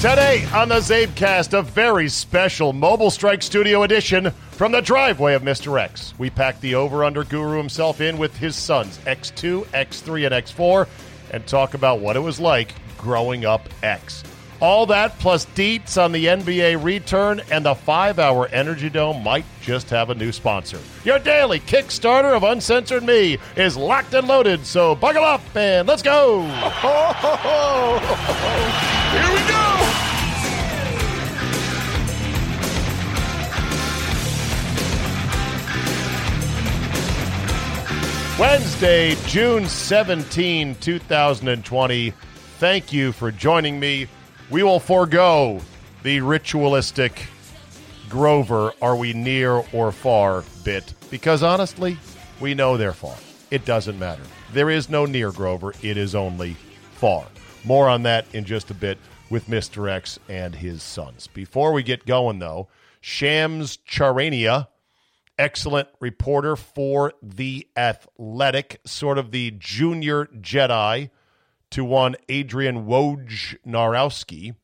Today on the Zabecast, a very special Mobile Strike Studio edition from the driveway of Mr. X. We pack the over under guru himself in with his sons, X2, X3, and X4, and talk about what it was like growing up X. All that plus deets on the NBA return and the five hour Energy Dome might just have a new sponsor. Your daily Kickstarter of Uncensored Me is locked and loaded, so buckle up and let's go! Here we go! Wednesday, June 17, 2020. Thank you for joining me. We will forego the ritualistic Grover, are we near or far bit because honestly, we know they're far. It doesn't matter. There is no near Grover, it is only far. More on that in just a bit with Mr. X and his sons. Before we get going, though, Shams Charania excellent reporter for The Athletic, sort of the junior Jedi to one Adrian Wojnarowski,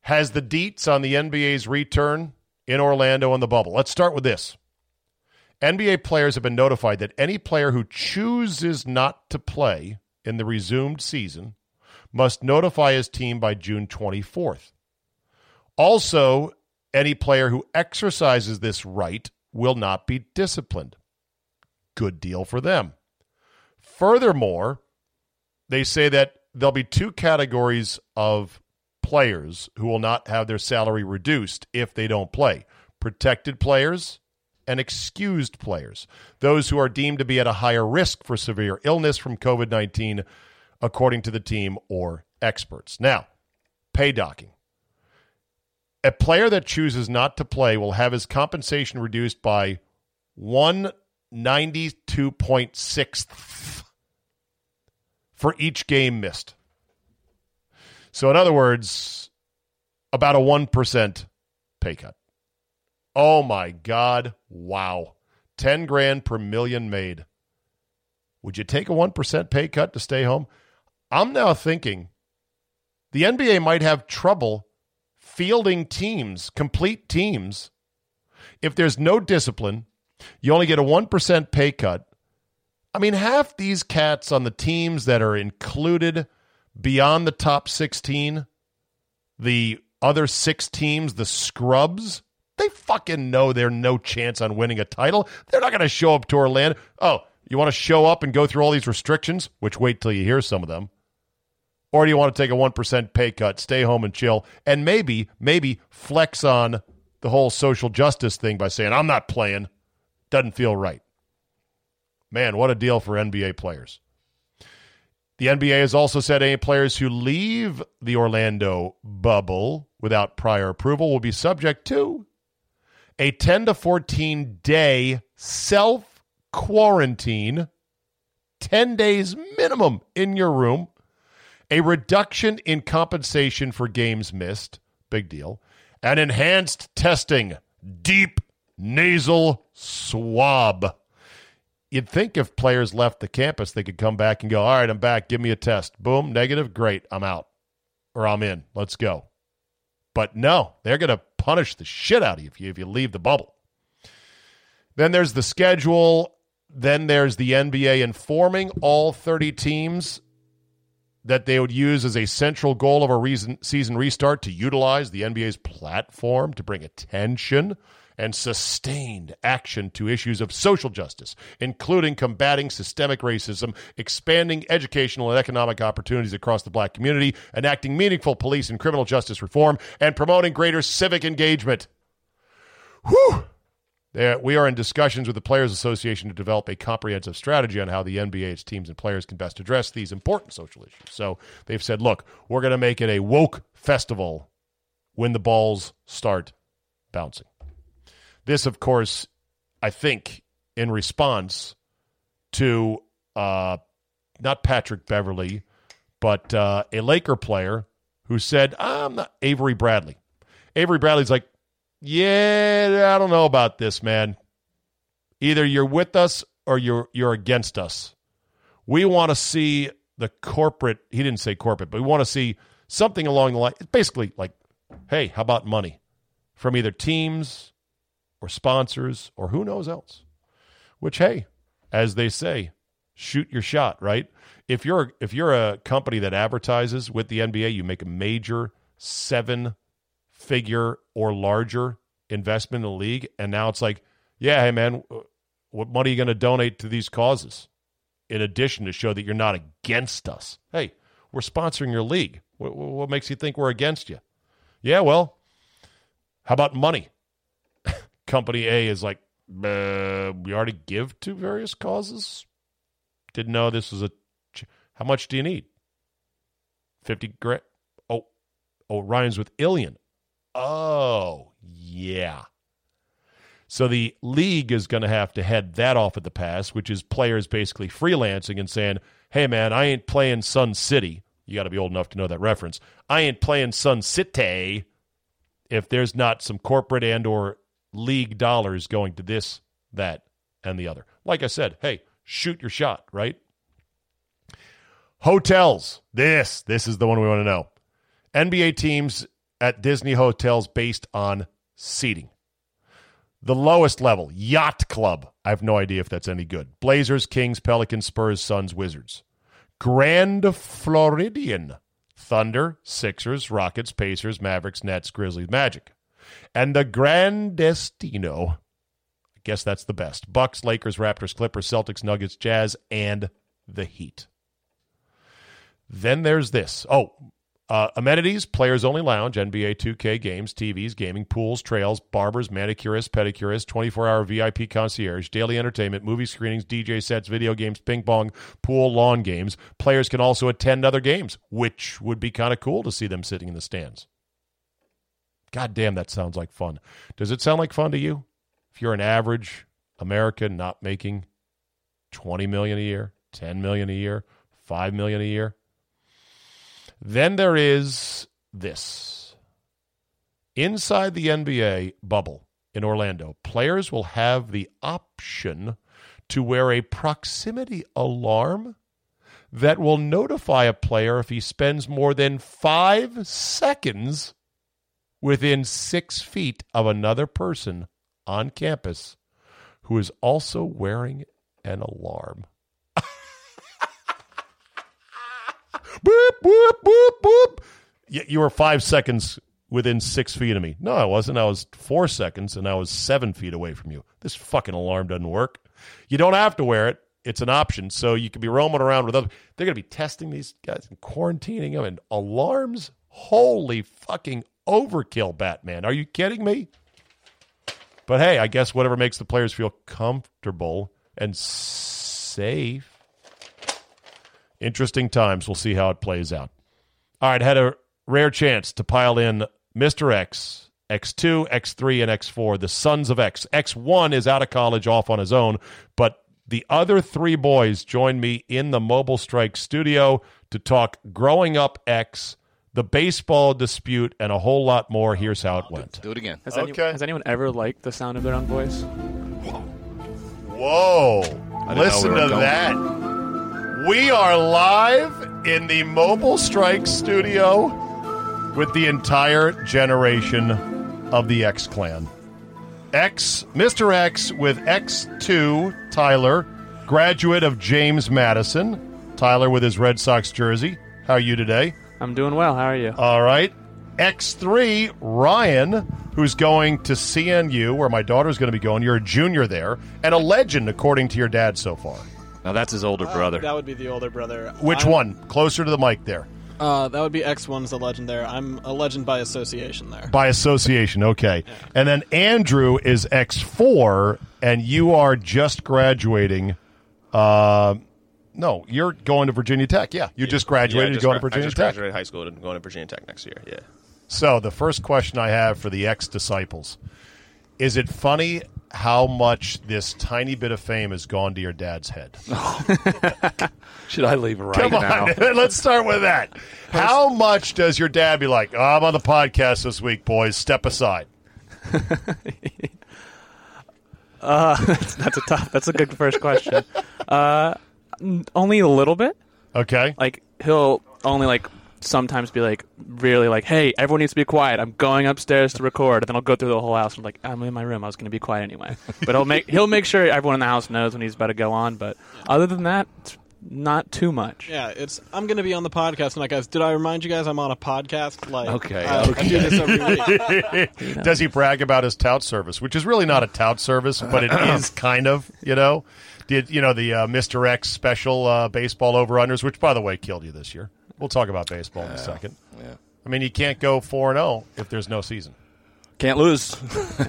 has the deets on the NBA's return in Orlando on the bubble. Let's start with this. NBA players have been notified that any player who chooses not to play in the resumed season must notify his team by June 24th. Also, any player who exercises this right will not be disciplined. Good deal for them. Furthermore, they say that there'll be two categories of players who will not have their salary reduced if they don't play protected players and excused players, those who are deemed to be at a higher risk for severe illness from COVID 19, according to the team or experts. Now, pay docking. A player that chooses not to play will have his compensation reduced by 192.6 for each game missed. So, in other words, about a 1% pay cut. Oh my God. Wow. 10 grand per million made. Would you take a 1% pay cut to stay home? I'm now thinking the NBA might have trouble fielding teams, complete teams, if there's no discipline, you only get a 1% pay cut. I mean, half these cats on the teams that are included beyond the top 16, the other six teams, the scrubs, they fucking know they're no chance on winning a title. They're not going to show up to Orlando. Oh, you want to show up and go through all these restrictions, which wait till you hear some of them or do you want to take a 1% pay cut, stay home and chill, and maybe, maybe flex on the whole social justice thing by saying, I'm not playing? Doesn't feel right. Man, what a deal for NBA players. The NBA has also said any players who leave the Orlando bubble without prior approval will be subject to a 10 to 14 day self quarantine, 10 days minimum in your room a reduction in compensation for games missed, big deal, and enhanced testing, deep nasal swab. You'd think if players left the campus, they could come back and go, All right, I'm back. Give me a test. Boom, negative. Great. I'm out. Or I'm in. Let's go. But no, they're going to punish the shit out of you if, you if you leave the bubble. Then there's the schedule. Then there's the NBA informing all 30 teams that they would use as a central goal of a reason, season restart to utilize the NBA's platform to bring attention and sustained action to issues of social justice, including combating systemic racism, expanding educational and economic opportunities across the black community, enacting meaningful police and criminal justice reform, and promoting greater civic engagement. Whew! There- We are in discussions with the Players Association to develop a comprehensive strategy on how the NBA, its teams, and players can best address these important social issues. So they've said, look, we're going to make it a woke festival when the balls start bouncing. This, of course, I think, in response to uh, not Patrick Beverly, but uh, a Laker player who said, I'm not Avery Bradley. Avery Bradley's like, yeah, I don't know about this, man. Either you're with us or you're you're against us. We want to see the corporate. He didn't say corporate, but we want to see something along the line. It's basically like, hey, how about money from either teams or sponsors or who knows else? Which, hey, as they say, shoot your shot, right? If you're if you're a company that advertises with the NBA, you make a major seven figure or larger investment in the league, and now it's like, yeah, hey man, what money are you going to donate to these causes? In addition, to show that you're not against us. Hey, we're sponsoring your league. What, what makes you think we're against you? Yeah, well, how about money? Company A is like, uh, we already give to various causes. Didn't know this was a. Ch- How much do you need? Fifty grand. Oh, oh, it rhymes with illion. Oh, yeah. So the league is going to have to head that off at the pass, which is players basically freelancing and saying, hey, man, I ain't playing Sun City. You got to be old enough to know that reference. I ain't playing Sun City if there's not some corporate and or league dollars going to this, that, and the other. Like I said, hey, shoot your shot, right? Hotels. This, this is the one we want to know. NBA teams at Disney hotels based on seating. The lowest level, Yacht Club. I have no idea if that's any good. Blazers, Kings, Pelicans, Spurs, Suns, Wizards. Grand Floridian, Thunder, Sixers, Rockets, Pacers, Mavericks, Nets, Grizzlies, Magic. And the Grandestino. I guess that's the best. Bucks, Lakers, Raptors, Clippers, Celtics, Nuggets, Jazz, and the Heat. Then there's this. Oh, uh, amenities, players only lounge, NBA 2K games, TVs, gaming, pools, trails, barbers, manicurists, pedicurists, 24 hour VIP concierge, daily entertainment, movie screenings, DJ sets, video games, ping pong, pool, lawn games. Players can also attend other games, which would be kind of cool to see them sitting in the stands. God damn, that sounds like fun. Does it sound like fun to you? If you're an average American not making 20 million a year, 10 million a year, 5 million a year, then there is this. Inside the NBA bubble in Orlando, players will have the option to wear a proximity alarm that will notify a player if he spends more than five seconds within six feet of another person on campus who is also wearing an alarm. boop, boop, boop, boop. You, you were five seconds within six feet of me. No, I wasn't. I was four seconds and I was seven feet away from you. This fucking alarm doesn't work. You don't have to wear it. It's an option. So you could be roaming around with other. They're going to be testing these guys and quarantining them and alarms. Holy fucking overkill, Batman. Are you kidding me? But hey, I guess whatever makes the players feel comfortable and safe interesting times. We'll see how it plays out. All right, had a rare chance to pile in Mr. X, X2, X3, and X4, the sons of X. X1 is out of college off on his own, but the other three boys joined me in the Mobile Strike studio to talk growing up X, the baseball dispute, and a whole lot more. Here's how it went. Do it again. Has, any- Okay. has anyone ever liked the sound of their own voice? Whoa. didn't know Listen we were to going. that. We are live in the Mobile Strike studio with the entire generation of the X Clan. X, Mr. X with X2, Tyler, graduate of James Madison. Tyler with his Red Sox jersey. How are you today? I'm doing well. How are you? All right. X3, Ryan, who's going to CNU, where my daughter's going to be going. You're a junior there and a legend, according to your dad so far. Now that's his older brother. That would be the older brother. Which I'm- one? Closer to the mic there. Uh, that would be X1's the legend there. I'm a legend by association there. By association, okay. And then Andrew is X4, and you are just graduating. Uh, no, you're going to Virginia Tech. Yeah, you just graduated. Yeah, I just you're going gra- to Virginia I just Tech. graduated high school and going to Virginia Tech next year. Yeah. So the first question I have for the ex disciples is: It funny how much this tiny bit of fame has gone to your dad's head. Should I leave right Come on, let's start with that. How much does your dad be like? "Oh, I'm on the podcast this week, boys. Step aside. That's a tough. That's a good first question. Uh, n- only a little bit. Okay. Like he'll only like sometimes be like really like, hey, everyone needs to be quiet. I'm going upstairs to record, and then I'll go through the whole house. And I'm like, I'm in my room. I was going to be quiet anyway. But he'll make he'll make sure everyone in the house knows when he's about to go on. But other than that, it's not too much. Yeah, it's I'm going to be on the podcast tonight, guys. Did I remind you guys I'm on a podcast? Like, Okay, I, I do this every week. Does he brag about his tout service, which is really not a tout service, but it is kind of, you know? Did you know the uh, Mr. X special uh, baseball over unders, which by the way killed you this year? We'll talk about baseball in a second. Yeah. I mean, you can't go four and zero if there's no season. Can't lose.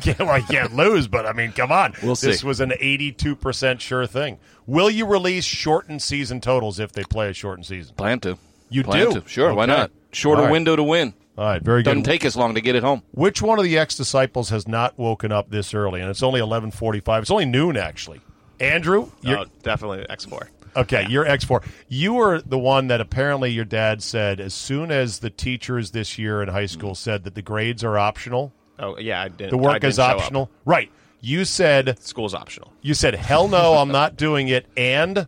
Can't, well, you can't lose, but I mean, come on. We'll this see. was an eighty-two percent sure thing. Will you release shortened season totals if they play a shortened season? Plan to. You Plan do? To. Sure. Why Okay. not? Shorter All right. window to win. All right, very Doesn't good. take us long to get it home. Which one of the ex disciples has not woken up this early? And it's only eleven forty-five. It's only noon actually. Andrew, Oh, you're, Uh, definitely X four. Okay, you're X four. You were the one that apparently your dad said as soon as the teachers this year in high school said that the grades are optional, Oh yeah, I didn't. the Hmm. I work didn't is show up. optional. Right. You said School's optional. you said hell no, I'm not doing it, and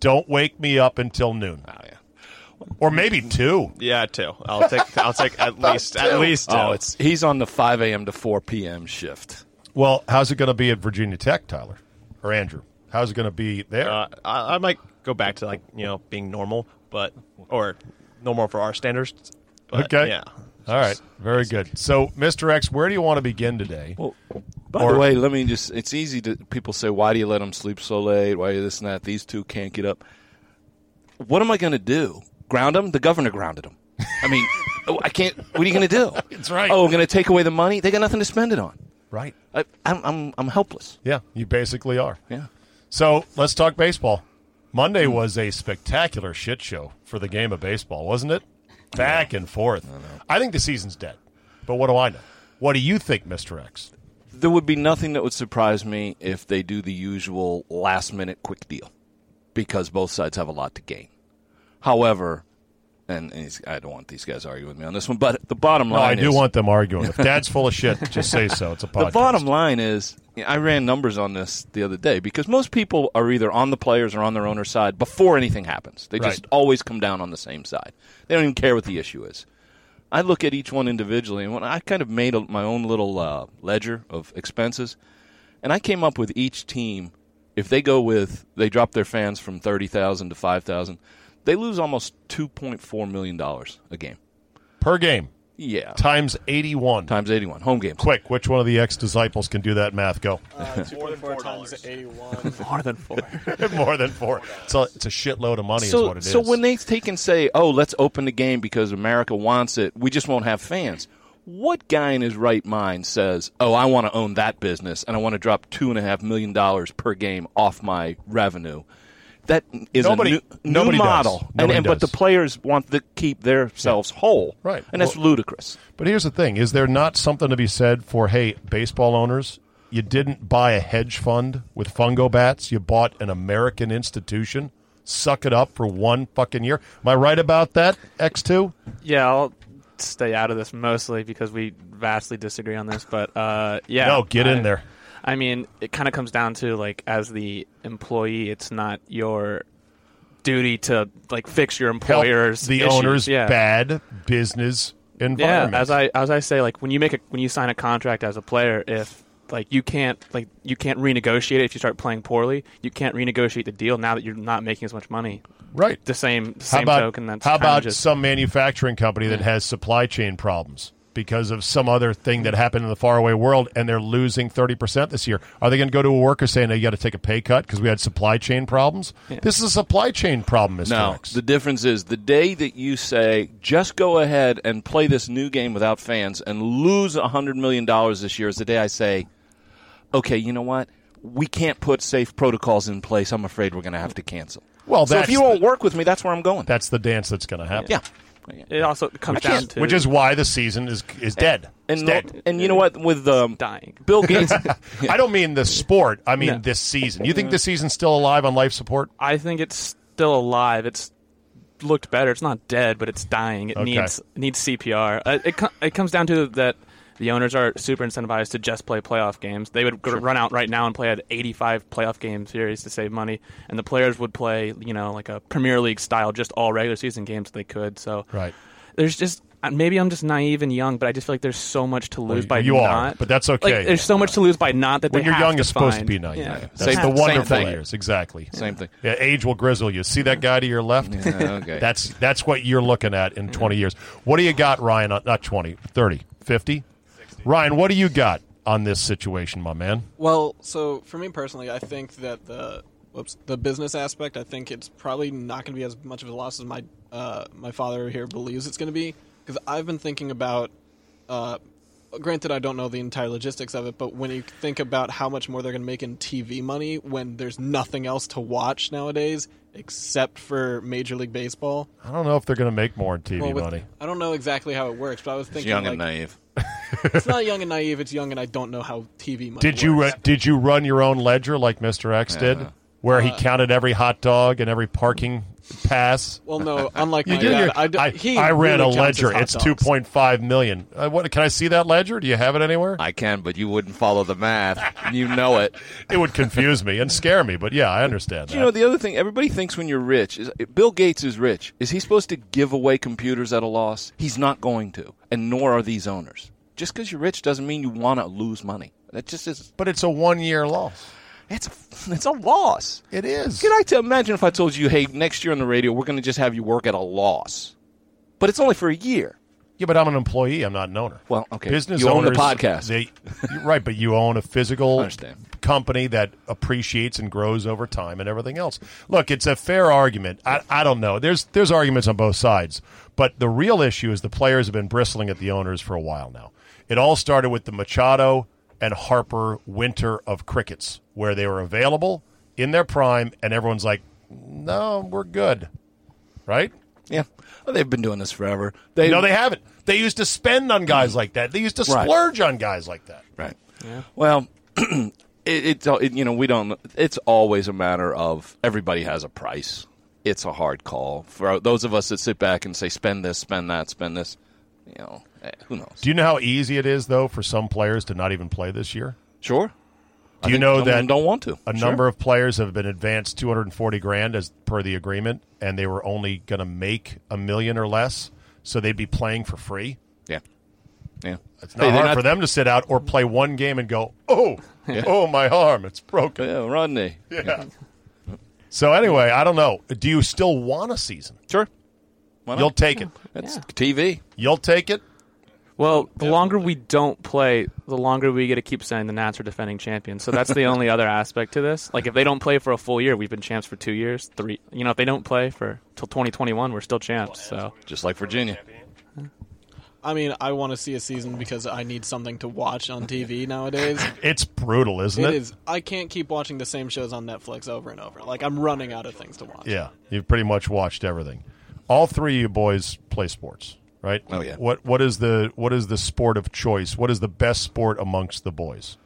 don't wake me up until noon, Oh yeah, or maybe two. yeah two. I'll take. I'll take at least at least uh, two. Oh, it's he's on the five a.m. to four p.m. shift. Well, how's it going to be at Virginia Tech, Tyler or Andrew? How's it going to be there? Uh, I, I might go back to like you know being normal, but or normal for our standards. but, okay. Yeah. All right. Very good. So, Mr. X, where do you want to begin today? Well, by the way, let me just. It's easy to people say, "Why do you let them sleep so late? Why you this and that? These two can't get up." What am I going to do? Ground them? The governor grounded them. I mean, oh, I can't. What are you going to do? That's right. Oh, I'm going to take away the money. They got nothing to spend it on. right. I, I'm, I'm I'm helpless. Yeah, you basically are. Yeah. So let's talk baseball. Monday was a spectacular shit show for the game of baseball, wasn't it? Back and forth. I, think the season's dead, but what do I know? What do you think, Mr. X? There would be nothing that would surprise me if they do the usual last minute quick deal because both sides have a lot to gain. However, and, and he's- I don't want these guys arguing with me on this one, but the bottom No, line I do is, want them arguing. If Dad's full of shit, just say so. It's a podcast. the bottom line is I ran numbers on this the other day because most people are either on the players or on their owner's side before anything happens. They just Right. always come down on the same side. They don't even care what the issue is. I look at each one individually, and when I kind of made a, my own little uh, ledger of expenses, and I came up with each team. If they go with they drop their fans from thirty thousand to five thousand, they lose almost two point four million dollars a game. per game Yeah, times eighty-one. times eighty one home games. Quick, which one of the ex disciples can do that math? Go More than Uh, four times 81. More than four. more than four. It's a, it's a shitload of money. so, is what it is. so when they take and say, "Oh, let's open the game because America wants it," we just won't have fans. What guy in his right mind says, "Oh, I want to own that business and I want to drop two and a half million dollars per game off my revenue"? That is Nobody- a new, new nobody does. model, And- Nobody and, but the does. players want to keep themselves whole, Right. And that's Well- ludicrous. But here's the thing: is there not something to be said for hey, baseball owners? You didn't buy a hedge fund with fungo bats. You bought an American institution. Suck it up for one fucking year. Am I right about that? X two. Yeah, I'll stay out of this mostly because we vastly disagree on this. But uh, yeah, No, get in I- there. I mean, it kind of comes down to like, as the employee, it's not your duty to like fix your employer's the issues. owners yeah. bad business Yeah, environment. as I as I say, like when you make a when you sign a contract as a player, if like you can't like you can't renegotiate it if you start playing poorly. You can't renegotiate the deal now that you're not making as much money. Right. The same the How same about, token. That's how kinda about just, some manufacturing company that has supply chain problems because of some other thing that happened in the faraway world and they're losing 30% this year? Are they going to go to a worker saying, no, you got to take a pay cut because we had supply chain problems? This is a supply chain problem, Mr. No, X. the difference is the day that you say just go ahead and play this new game without fans and lose hundred million dollars this year is the day I say, okay, you know what? We can't put safe protocols in place. I'm afraid we're going to have to cancel. Well, so that's if you the- won't work with me, that's where I'm going. That's the dance that's going to happen. yeah. it also comes Which down is, to which is why the season is is dead. It's And, dead. and you know what? With um, dying. Bill Gates, I don't mean the sport. I mean No. this season. You Mm-hmm. think this season's still alive on life support? I think it's still alive. It's looked better. It's not dead, but it's dying. It Okay. needs it needs CPR. Uh, it co- it comes down to that the owners are super incentivized to just play playoff games. They would go run out right now and play an 85 playoff game series to save money, and the players would play you know like a Premier League style, just all regular season games they could. So Right. there's just. uh, Maybe I'm just naive and young, but I just feel like there's so much to lose by you are, not. but that's okay. Like, there's so much to lose by not that When they you're have young, to it's supposed to find. be naive. Yeah. That's Same- the same wonderful thing. years. Exactly. same thing. Yeah, age will grizzle you. See that guy to your left? Yeah, okay. That's that's what you're looking at in 20 years. What do you got, Ryan? on- Not 20, 30, 50? Ryan, what do you got on this situation, my man? Well, so for me personally, I think that the whoops, the business aspect, I think it's probably not going to be as much of a loss as my uh, my father here believes it's going to be because I've been thinking about. Uh, granted, I don't know the entire logistics of it, but when you think about how much more they're going to make in TV money when there's nothing else to watch nowadays except for Major League Baseball, I don't know if they're going to make more in TV Well, with- money. I don't know exactly how it works, but I was It's thinking young like, and naive. it's not young and naive. It's young and I don't know how TV money. Did you works. uh, did you run your own ledger like Mr. X did, where Uh, he counted every hot dog and every parking pass? Well, no. Unlike You my do dad, your- I, d- I, he I ran really counts a his ledger. hot It's dogs. two point five million. Uh, what can I see that ledger? Do you have it anywhere? I can, but you wouldn't follow the math. You know it. it would confuse me and scare me, but yeah, I understand that. You know, the other thing everybody thinks when you're rich is Bill Gates is rich. Is he supposed to give away computers at a loss? He's not going to, and nor are these owners. Just because you're rich doesn't mean you want to lose money. That just is. but it's a one year loss. It's a, it's a loss. It is. Could I to imagine if I told you, hey, next year on the radio, we're going to just have you work at a loss, but it's only for a year. Yeah, but I'm an employee. I'm not an owner. Well, okay. Business You own the owners, podcast. They, you're right, but you own a physical understand. company that appreciates and grows over time and everything else. Look, it's a fair argument. I, I don't know. There's there's arguments on both sides, but the real issue is the players have been bristling at the owners for a while now. It all started with the Machado and Harper winter of crickets, where they were available in their prime, and everyone's like, "No, we're good," right? Yeah, Well, they've been doing this forever. They no, they haven't. They used to spend on guys like that. They used to Right. splurge on guys like that. Right. Well, it, it's all- it, you know we don't. It's always a matter of everybody has a price. It's a hard call for those of us that sit back and say spend this, spend that, spend this. You know, eh, who knows? Do you know how easy it is though for some players to not even play this year? Sure. I Do you think know some of them that don't want to? A Sure. number of players have been advanced 240 grand as per the agreement and they were only going to make a million or less, so they'd be playing for free. Yeah. Yeah. It's not Hey, they're hard not- for them to sit out or play one game and go, "Oh, oh, my arm, it's broken." Yeah, Rodney. Yeah. So anyway, I don't know. Do you still want a season? Sure. Why not? You'll take it. That's TV. You'll take it. Well, the longer we don't play, the longer we get to keep saying the Nats are defending champions. So that's the only other aspect to this. Like if they don't play for a full year, we've been champs for two years, three. You know, if they don't play for till 2021, we're still champs. So Just like Virginia. I mean, I want to see a season because I need something to watch on TV nowadays. It's brutal, isn't it is. I can't keep watching the same shows on Netflix over and over. Like I'm running out of things to watch. Yeah, you've pretty much watched everything. All three of you boys play sports, right? Oh, yeah. What what is the what is the sport of choice? What is the best sport amongst the boys?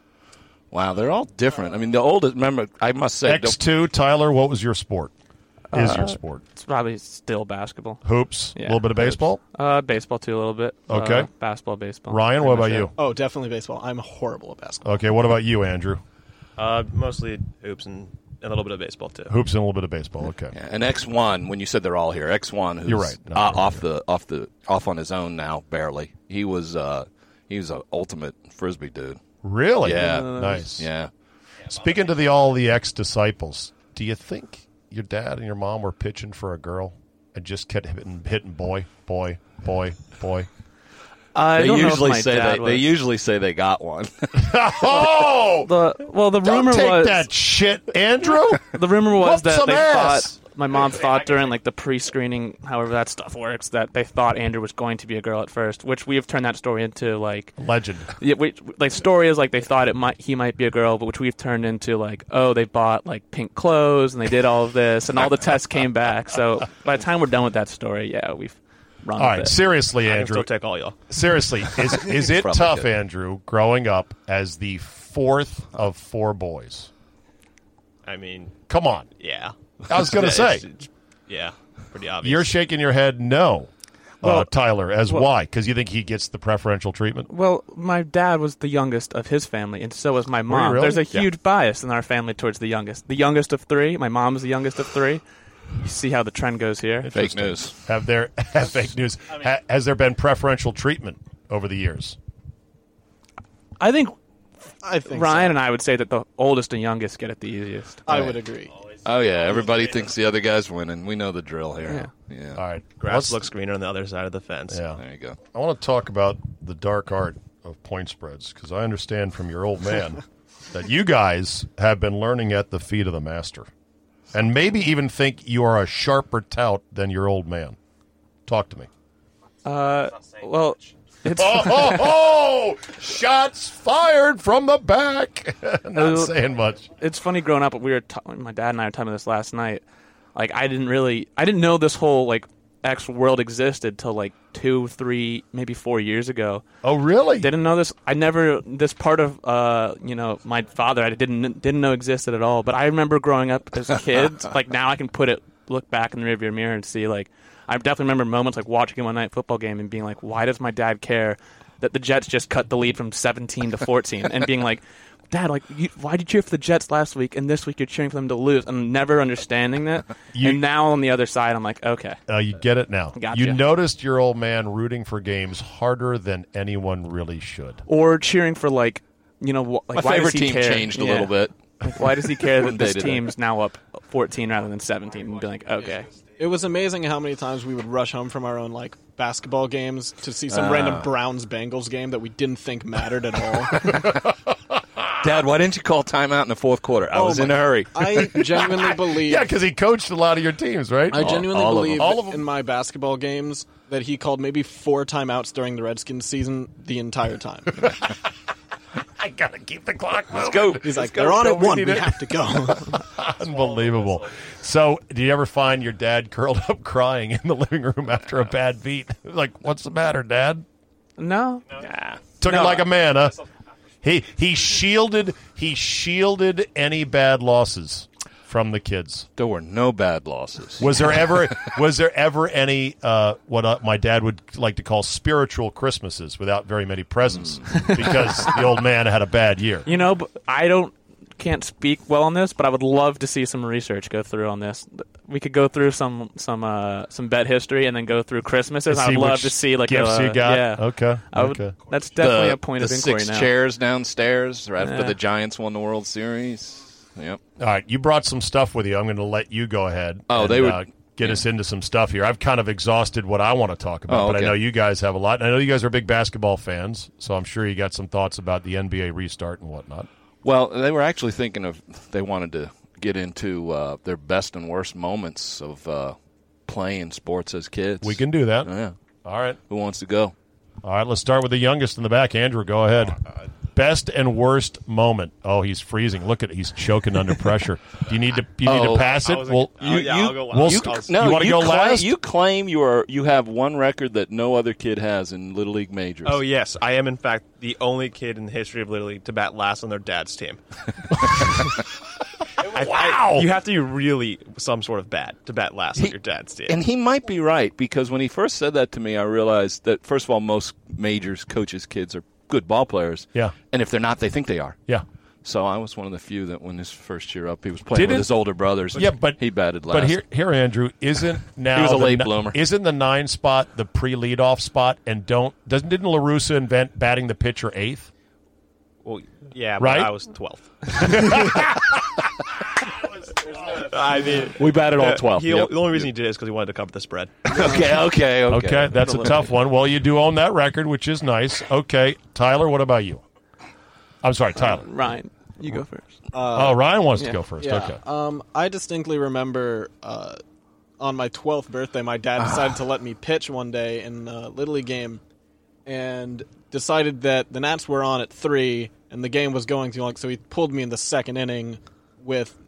Wow, they're all different. I mean, the oldest. Remember, I must say, X two, Tyler. What was your sport? Is your sport it's probably still basketball, hoops? A Uh, yeah, little bit of baseball. uh, baseball too a little bit. Okay. Uh, basketball, baseball. Ryan, what about Pretty you? much Oh, definitely baseball. I'm horrible at basketball. Okay, what about you, Andrew? Uh, mostly hoops and a little bit of baseball too. Hoops and a little bit of baseball. Okay, Yeah, and X one when you said they're all here, X one who's You're right. No, uh, they're off the off the off on his own now, barely. He was uh, he was an ultimate frisbee dude. Really? Yeah. Nice. Yeah. Speaking to the all the ex disciples, do you think your dad and your mom were pitching for a girl and just kept hitting, hitting boy, boy, boy, boy? Uh, I They don't know if usually my say dad they, they was- usually say they got one. oh, the well the don't rumor take was that shit, Andrew. the rumor Whoop was that some they ass. thought my mom thought during like the pre-screening, however that stuff works, that they thought Andrew was going to be a girl at first, which we have turned that story into like Legend. Yeah, which, like story is like they thought it might he might be a girl, but which we've turned into like oh they bought like pink clothes and they did all of this and all the tests came back. So by the time we're done with that story, yeah, we've run. All right, seriously, I can Andrew. still take all y'all. seriously, is is it Probably tough, good. Andrew, growing up as the fourth of four boys? I mean, Come on, yeah. I was going to It's- say it's- yeah, pretty obvious. you're shaking your head no. uh, Well- Tyler, as well- why? Because you think he gets the preferential treatment? Well, my dad was the youngest of his family, and so was my mom. really? There's a Yeah. huge bias in our family towards the youngest. The youngest of three. My mom is the youngest of three. You see how the trend goes here. Fake news. Have there have fake news? ha, has there been preferential treatment over the years? I think Oh, I think Ryan and I would say that the oldest and youngest get it the easiest. so. I would agree. Oh yeah, everybody thinks the other guy's winning. We know the drill here. Yeah. All right, grass let's- looks greener on the other side of the fence. Yeah, There you go. I want to talk about the dark art of point spreads because I understand from your old man that you guys have been learning at the feet of the master, and maybe even think you are a sharper tout than your old man. Talk to me. Well, it's Oh, ho, ho! shots fired from the back. Not saying much. it's funny growing up. We were t- my dad and I were talking about this last night. Like I didn't really, I didn't know this whole like X world existed till like two, three, maybe four years ago. Oh, really? Didn't know this. I never this part of uh you know my father. I didn't didn't know existed at all. But I remember growing up as a kid. like now I can put it look back in the rearview mirror and see like I definitely remember moments like watching a one night football game and being like, why does my dad care that the Jets just cut the lead from 17 to 14 and being like. Dad, like, you, why did you cheer for the Jets last week, and this week you're cheering for them to lose? I'm never understanding that. and now on the other side, I'm like, okay, Uh, you get it now. Gotcha. You noticed your old man rooting for games harder than anyone really should. or cheering for like, you know, wh- like My why favorite does he team care? changed a Yeah. little bit. Like, why does he care When that they this did it. team's now up 14 rather than 17? And be like, okay. It was amazing how many times we would rush home from our own like basketball games to see some Ah. random Browns Bengals game that we didn't think mattered at all. Dad, why didn't you call timeout in the fourth quarter? I Oh was my- in a hurry. I genuinely believe Yeah, because he coached a lot of your teams, right? I genuinely all of 'em. believe All of 'em. in my basketball games that he called maybe four timeouts during the Redskins season the entire time. Oh, I gotta keep the clock. Let's go. He's like, Let's go. they're on go, at we one, need we it." have to go. Unbelievable. So, do you ever find your dad curled up crying in the living room after a bad beat? like, what's the matter, Dad? No. Took it No. like a man, huh? He he shielded he shielded any bad losses from the kids. There were no bad losses. Was there ever was there ever any uh, what uh, my dad would like to call spiritual Christmases without very many presents because the old man had a bad year? You know, but I don't can't speak well on this, but I would love to see some research go through on this. We could go through some some uh, some bet history and then go through Christmases. I See would love which to see like gifts a, you got. Yeah. Okay. I would, okay. That's definitely the, a point the of inquiry six now. chairs downstairs right after Yeah. the Giants won the World Series. Yep. All right, you brought some stuff with you. I'm going to let you go ahead. Oh, and, uh, they would- get us into some stuff here. I've kind of exhausted what I want to talk about, Oh, but I okay. know you guys have a lot. And I know you guys are big basketball fans, so I'm sure you got some thoughts about the NBA restart and whatnot. Well, they were actually thinking of they wanted to get into uh, their best and worst moments of uh, playing sports as kids. Oh, We can do that. Yeah. All right, Who wants to go? all right. Let's start with the youngest in the back. Andrew, go ahead. Oh, Best and worst moment. Oh, he's freezing. Look at it. He's choking under pressure. Do you need to? You need to Oh, pass I it. was Well, like, oh, yeah, I'll go last. we'll- I You, was- no, you wanna go cla- last? You claim you are you have one record that no other kid has in little league majors. Oh yes, I am in fact the only kid in the history of Little League to bat last on their dad's team. I- Wow. I, you have to be really some sort of bat to bat last on your dad's team. And he might be right because when he first said that to me, I realized that first of all, most majors coaches' kids are good ball players. Yeah. and if they're not, they think they are. yeah. So I was one of the few that when his first year up, he was playing Did with it- his older brothers. Yeah, but he batted last. But here, here, Andrew isn't now. He was a the late ni- bloomer. Isn't the nine spot the pre leadoff spot? And don't doesn't didn't Larusa invent batting the pitcher eighth? Well, yeah, Right? But I was 12. I mean, We batted all uh, 12. he- Yep. The only reason he did it is because he wanted to cover the spread. Okay, okay, okay. Okay, that's a tough one. Well, you do own that record, which is nice. Okay, Tyler, what about you? I'm sorry, Tyler. Ryan, you go first. oh, Ryan wants Uh, Yeah. to go first. Yeah. Okay. Um, I distinctly remember uh, on my 12th birthday, my dad decided Ah. to let me pitch one day in a Little League game and decided that the Nats were on at three and the game was going too long, so he pulled me in the second inning with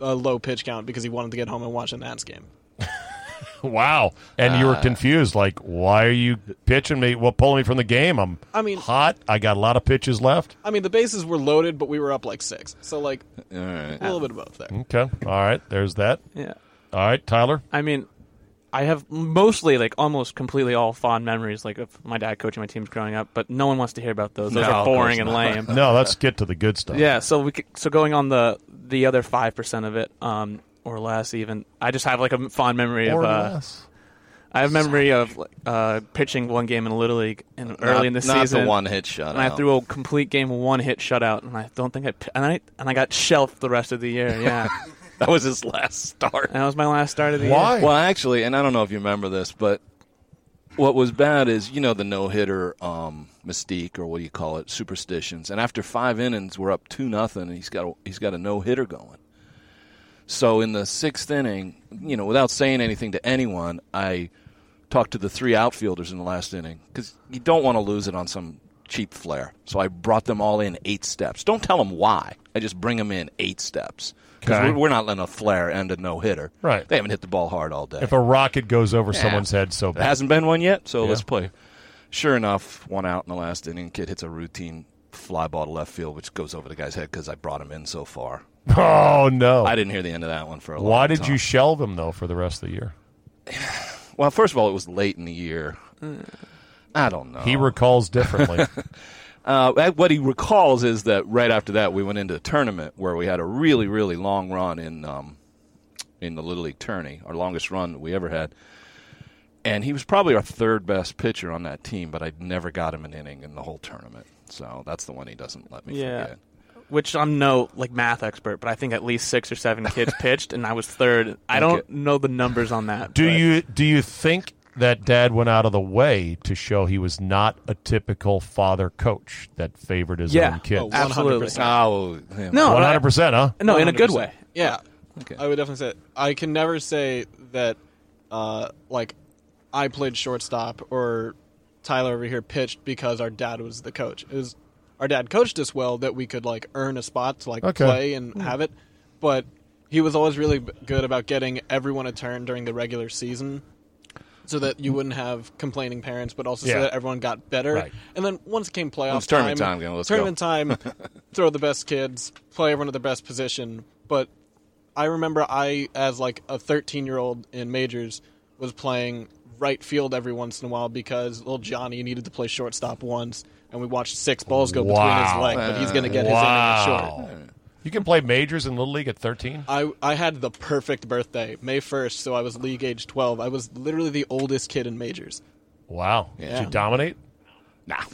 a low pitch count because he wanted to get home and watch a Nats game. Wow. And you were Uh, confused, like, why are you pitching me? Well, pulling me from the game. I'm I mean- hot. I got a lot of pitches left. I mean, the bases were loaded, but we were up like six. So, like, All right. a little bit of both there. Okay. All right. There's that. Yeah. All right, Tyler. I mean, I have mostly, like, almost completely all fond memories, like, of my dad coaching my teams growing up. But no one wants to hear about those. Those No, are of course boring and not. lame. No, let's get to the good stuff. Yeah, so we c- so going on the the other five percent of it, um, or less even. I just have like a m- fond memory Or of. Uh, less. I have memory of like, uh, pitching one game in a little league and early in the not season. the one hit shot. and I threw a complete game one hit shutout, and I don't think I p- and I and I got shelved the rest of the year. Yeah, that was his last start. that was my last start of the Why? year. Well, actually, and I don't know if you remember this, but what was bad is you know the no hitter um, mystique or what do you call it superstitions. And after five innings, we're up two nothing, and he's got a, he's got a no hitter going. So in the sixth inning, you know, without saying anything to anyone, I talked to the three outfielders in the last inning because you don't want to lose it on some cheap flair. So I brought them all in eight steps. Don't tell them why. I just bring them in eight steps because Okay. we're, we're not letting a flare end a no hitter. Right. They haven't hit the ball hard all day. If a rocket goes over someone's head so There bad. hasn't been one yet, so let's play. Sure enough, one out in the last inning. Kid hits a routine fly ball to left field, which goes over the guy's head because I brought him in so far. Oh, no. I didn't hear the end of that one for a long Why did time. you shelve him, though, for the rest of the year? well, first of all, it was late in the year. I don't know. Uh. Oh. He recalls differently. Uh, what he recalls is that right after that, we went into a tournament where we had a really, really long run in um, in the Little League tourney, our longest run that we ever had. And he was probably our third best pitcher on that team, but I never got him an inning in the whole tournament. So that's the one he doesn't let me yeah. forget. Which I'm no like math expert, but I think at least six or seven kids pitched, and I was third. I don't know the numbers on that. Do but- you do you think that dad went out of the way to show he was not a typical father coach that favored his Yeah. own kids? Oh, absolutely. 100%. Oh, yeah. No, One hundred percent, huh? No, in a good way. Yeah. Okay. I would definitely say I can never say that uh, like I played shortstop or Tyler over here pitched because our dad was the coach. It was our dad coached us well that we could like earn a spot to like Okay. play and have it, but he was always really b- good about getting everyone a turn during the regular season so that you wouldn't have complaining parents, but also Mm. Yeah. so that everyone got better. Right. And then once it came playoff it's tournament time, you know, let's go. tournament time, throw the best kids, play everyone at their best position. But I remember I, as like a 13 year old in majors, was playing right field every once in a while because little Johnny needed to play shortstop once, and we watched six balls go Wow. between his leg, but he's going to get his inning in short. Uh, wow. You can play majors in little league at thirteen. I, I had the perfect birthday, May 1st, so I was league age 12. I was literally the oldest kid in majors. Wow. Did you dominate?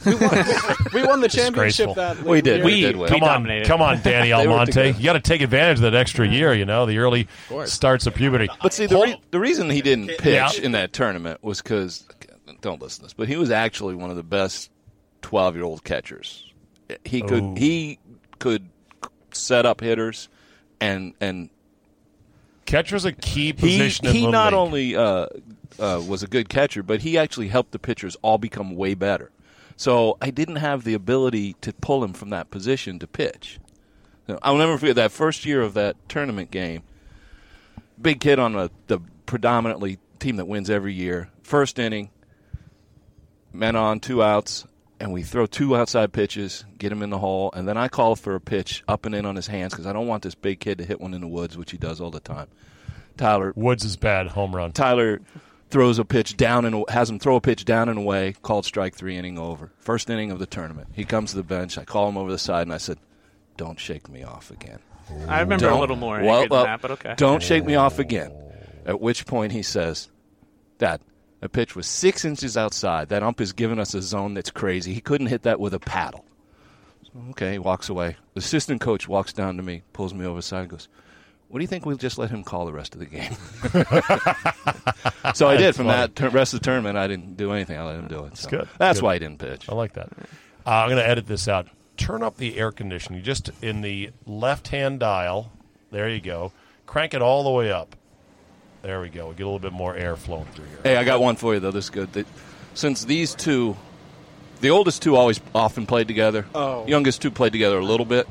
We won the championship Disgraceful. that We did. year. We did win. Come on, dominated. come on, Danny were Almonte. together. You got to take advantage of that extra year. You know the early starts of puberty. But see, the, Hold- re- the reason he didn't pitch Yeah. in that tournament was because, don't listen to this, but he was actually one of the best 12 year old catchers. He could Ooh. he could set up hitters, and and catcher's a key he position. in he Little not League. only uh, uh, was a good catcher, but he actually helped the pitchers all become way better. So I didn't have the ability to pull him from that position to pitch. You know, I'll never forget that first year of that tournament game. Big kid on a, the predominantly team that wins every year. First inning, men on, two outs, and we throw two outside pitches, get him in the hole, and then I call for a pitch up and in on his hands because I don't want this big kid to hit one in the woods, which he does all the time. Tyler Woods is bad home run. Tyler throws a pitch down and has him throw a pitch down and away, called strike three, inning over. First inning of the tournament. He comes to the bench. I call him over the side and I said, "Don't shake me off again." I remember Don't- a little more Well, good well, than that, but okay. Don't shake me off again. At which point he says, "Dad." The pitch was six inches outside. That ump is giving us a zone that's crazy. He couldn't hit that with a paddle. Okay, he walks away. The assistant coach walks down to me, pulls me over the side, and goes, "What do you think we'll just let him call the rest of the game?" so I did. From that tur rest of the tournament, I didn't do anything. I let him do it. That's good. That's Good. why he didn't pitch. I like that. Uh, I'm going to edit this out. Turn up the air conditioning just in the left hand dial. There you go. Crank it all the way up. There we go. We get a little bit more air flowing through here. Hey, I got one for you though. This is good. That since these two, the oldest two always often played together. Oh. Youngest two played together a little bit,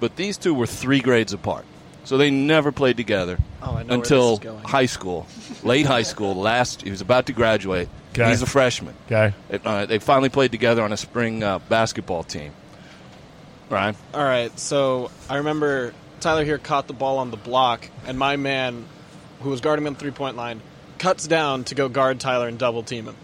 but these two were three grades apart, so they never played together Oh, I know where until this is going. high school, late high school. Last he was about to graduate. Okay. He's a freshman. Okay. It, uh, they finally played together on a spring uh, basketball team. Right. All right, so I remember Tyler here caught the ball on the block, and my man, who was guarding me on the three point line, cuts down to go guard Tyler and double team him.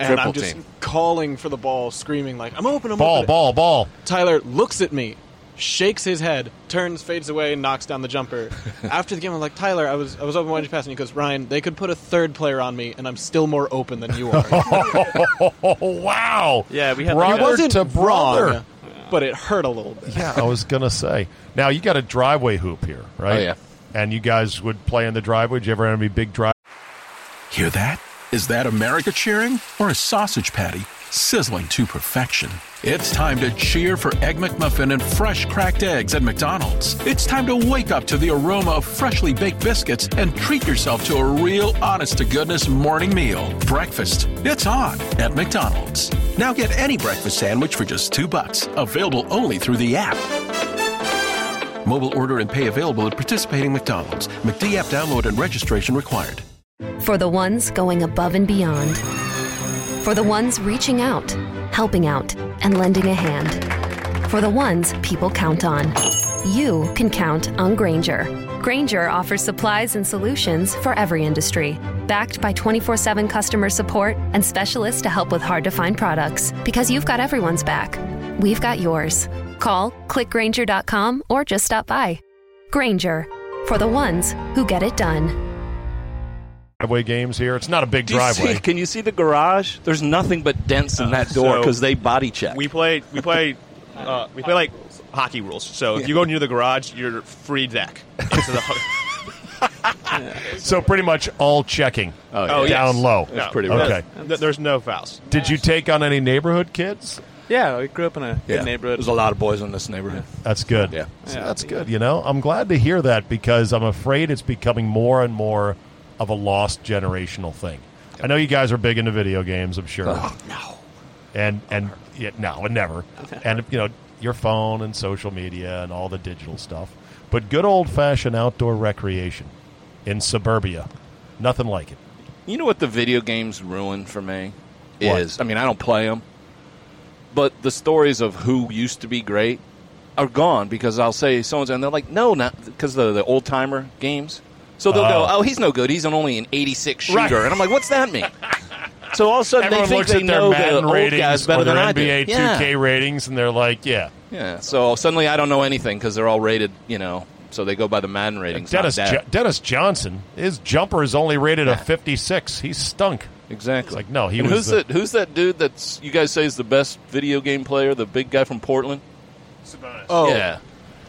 And Triple I'm just team. calling for the ball, screaming like, "I'm open! I'm Ball, open!" ball, ball. Tyler looks at me, shakes his head, turns, fades away, and knocks down the jumper. After the game, I'm like, Tyler, I was I was open. Why did you pass? And he goes, Ryan, they could put a third player on me, and I'm still more open than you are. Oh, wow. Yeah, we had- brother I wasn't to wrong, brother. but it hurt a little bit. Yeah, I was gonna say. Now you got a driveway hoop here, right? Oh, yeah. And you guys would play in the driveway. Did you ever have any big drive? Hear that? Is that America cheering or a sausage patty sizzling to perfection? It's time to cheer for Egg McMuffin and fresh cracked eggs at McDonald's. It's time to wake up to the aroma of freshly baked biscuits and treat yourself to a real honest to goodness morning meal. Breakfast. It's on at McDonald's. Now get any breakfast sandwich for just 2 bucks, available only through the app. Mobile order and pay available at participating McDonald's. McD app download and registration required. For the ones going above and beyond. For the ones reaching out, helping out, and lending a hand. For the ones people count on. You can count on Granger. Granger offers supplies and solutions for every industry, backed by 24 7 customer support and specialists to help with hard to find products. Because you've got everyone's back, we've got yours. Call clickgranger.com or just stop by. Granger, for the ones who get it done. Driveway games here. It's not a big Do you driveway. see, can you see the garage? There's nothing but dents Oh, in that door so- because they body check. We play we play uh, we play like hockey rules. So if you go near the garage, you're free deck. It's the ho- So pretty much all checking. Oh, yes. down low. No, pretty rough. okay. th- there's no fouls. Did you take on any neighborhood kids? Yeah, we grew up in a Yeah. good neighborhood. There's a lot of boys in this neighborhood. That's good. Yeah. So that's good. You know, I'm glad to hear that because I'm afraid it's becoming more and more of a lost generational thing. I know you guys are big into video games. I'm sure. No. and and yeah, no, and never. And you know your phone and social media and all the digital stuff, but good old fashioned outdoor recreation in suburbia, nothing like it. You know what the video games ruin for me What? is? I mean, I don't play them, but the stories of who used to be great are gone because I'll say someone's and they're like, no, not because the the old timer games. So they'll go, Oh. oh, he's no good. He's an only an 86 shooter, Right. and I'm like, what's that mean? so all of a sudden Everyone they think looks they at their know Madden the old guys ratings better or their than I do. NBA yeah. 2K ratings, and they're like, yeah. yeah. So suddenly I don't know anything because they're all rated, you know. So they go by the Madden ratings. not Dennis that. jo- Dennis Johnson, his jumper is only rated a 56. He's stunk. Exactly. Like, no, he and was Who's the- that? Who's that dude? That's you guys say is the best video game player? The big guy from Portland. Oh, Yeah.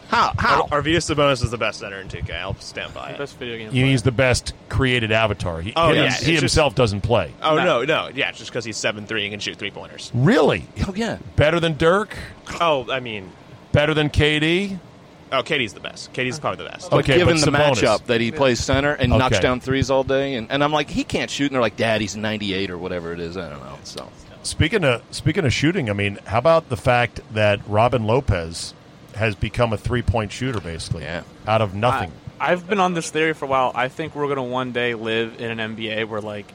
How? How? Ar- Arvidas Sabonis is the best center in 2K. I'll stand by it. Best video game. You know, He's the best created avatar. He, Oh, him- yeah. It's he just- himself doesn't play. Oh no, no, yeah, it's just because he's seven three and can shoot three pointers. Really? Oh yeah. Better than Dirk? Oh, I mean, Better than KD? oh, Katie's the best. Katie's probably the best. Okay, but Given the Sabonis. matchup that he plays center and knocks Okay. down threes all day, and, and I'm like, he can't shoot, and they're like, Dad, he's 98 or whatever it is. I don't know. So Speaking of speaking of shooting, I mean, how about the fact that Robin Lopez has become a three point shooter basically Yeah. out of nothing? I, have been on this theory for a while. I think we're gonna one day live in an NBA where like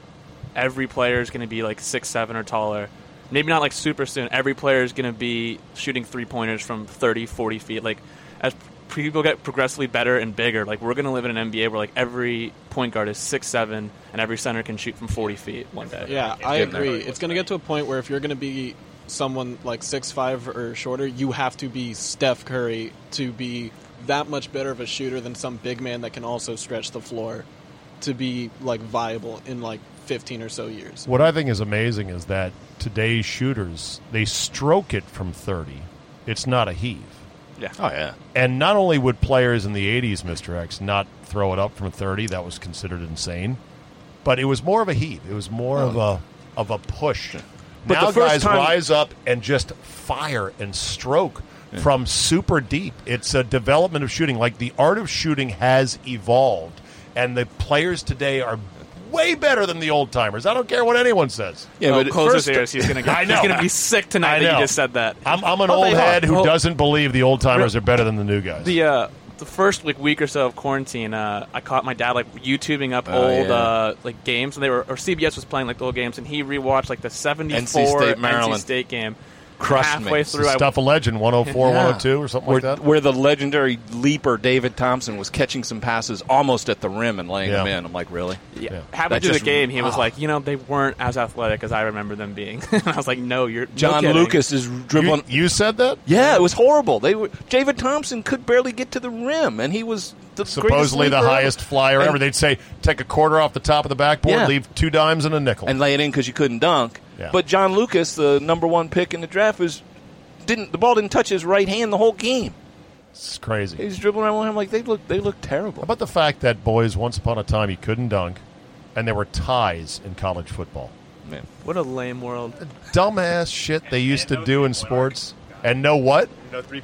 every player is gonna be like six seven or taller. Maybe not like super soon. Every player is gonna be shooting three pointers from 30, 40 feet. Like as people get progressively better and bigger, like we're gonna live in an NBA where like every point guard is six seven and every center can shoot from forty feet one day. yeah, I getting there. agree. It's going to get to a point where if you're going to be someone like six five or shorter, you have to be Steph Curry to be that much better of a shooter than some big man that can also stretch the floor to be like viable in like 15 or so years. What I think is amazing is that today's shooters they stroke it from thirty. It's not a heave. Yeah. Oh yeah. And not only would players in the 80s, Mr. X, not throw it up from 30, that was considered insane, but it was more of a heave. It was more of a of a push. But now the first guys time- rise up and just fire and stroke from super deep. It's a development of shooting. Like the art of shooting has evolved, and the players today are way better than the old timers. I don't care what anyone says. Yeah, oh, but close first, his ears. He's gonna. Go, I know. He's gonna be sick I tonight that know. you just said that. I'm, I'm an Oh, they old are. head who Well- doesn't believe the old timers are better than the new guys. the uh, the first like week or so of quarantine, uh, I caught my dad like YouTubing up Oh, old yeah. uh, like games, and they were or CBS was playing like the old games, and he rewatched like the '74 State, Maryland. State game. Crushed me. halfway through, I, Stuff a legend 104, Yeah. 102, or something where, like that. where the legendary leaper David Thompson was catching some passes almost at the rim and laying Yeah. them in. I'm like, really? yeah, Yeah. halfway That through just- the game, he was ah. like, you know, they weren't as athletic as I remember them being, and I was like, no, you're no John kidding. Lucas is dribbling. You, you said that? yeah, it was horrible. They were David Thompson could barely get to the rim, and he was the Supposedly greatest the leaper ever. highest flyer And- ever. They'd say, take a quarter off the top of the backboard, Yeah. leave two dimes and a nickel. and lay it in because you couldn't dunk. Yeah. But John Lucas, the number one pick in the draft, was didn't the ball didn't touch his right hand the whole game. it's He crazy. was dribbling around. I'm like, they look they look terrible. How about the fact that, boys, once upon a time you couldn't dunk, and there were ties in college football? Man. What a lame world. Dumbass shit they used to do in sports. And no what? No three.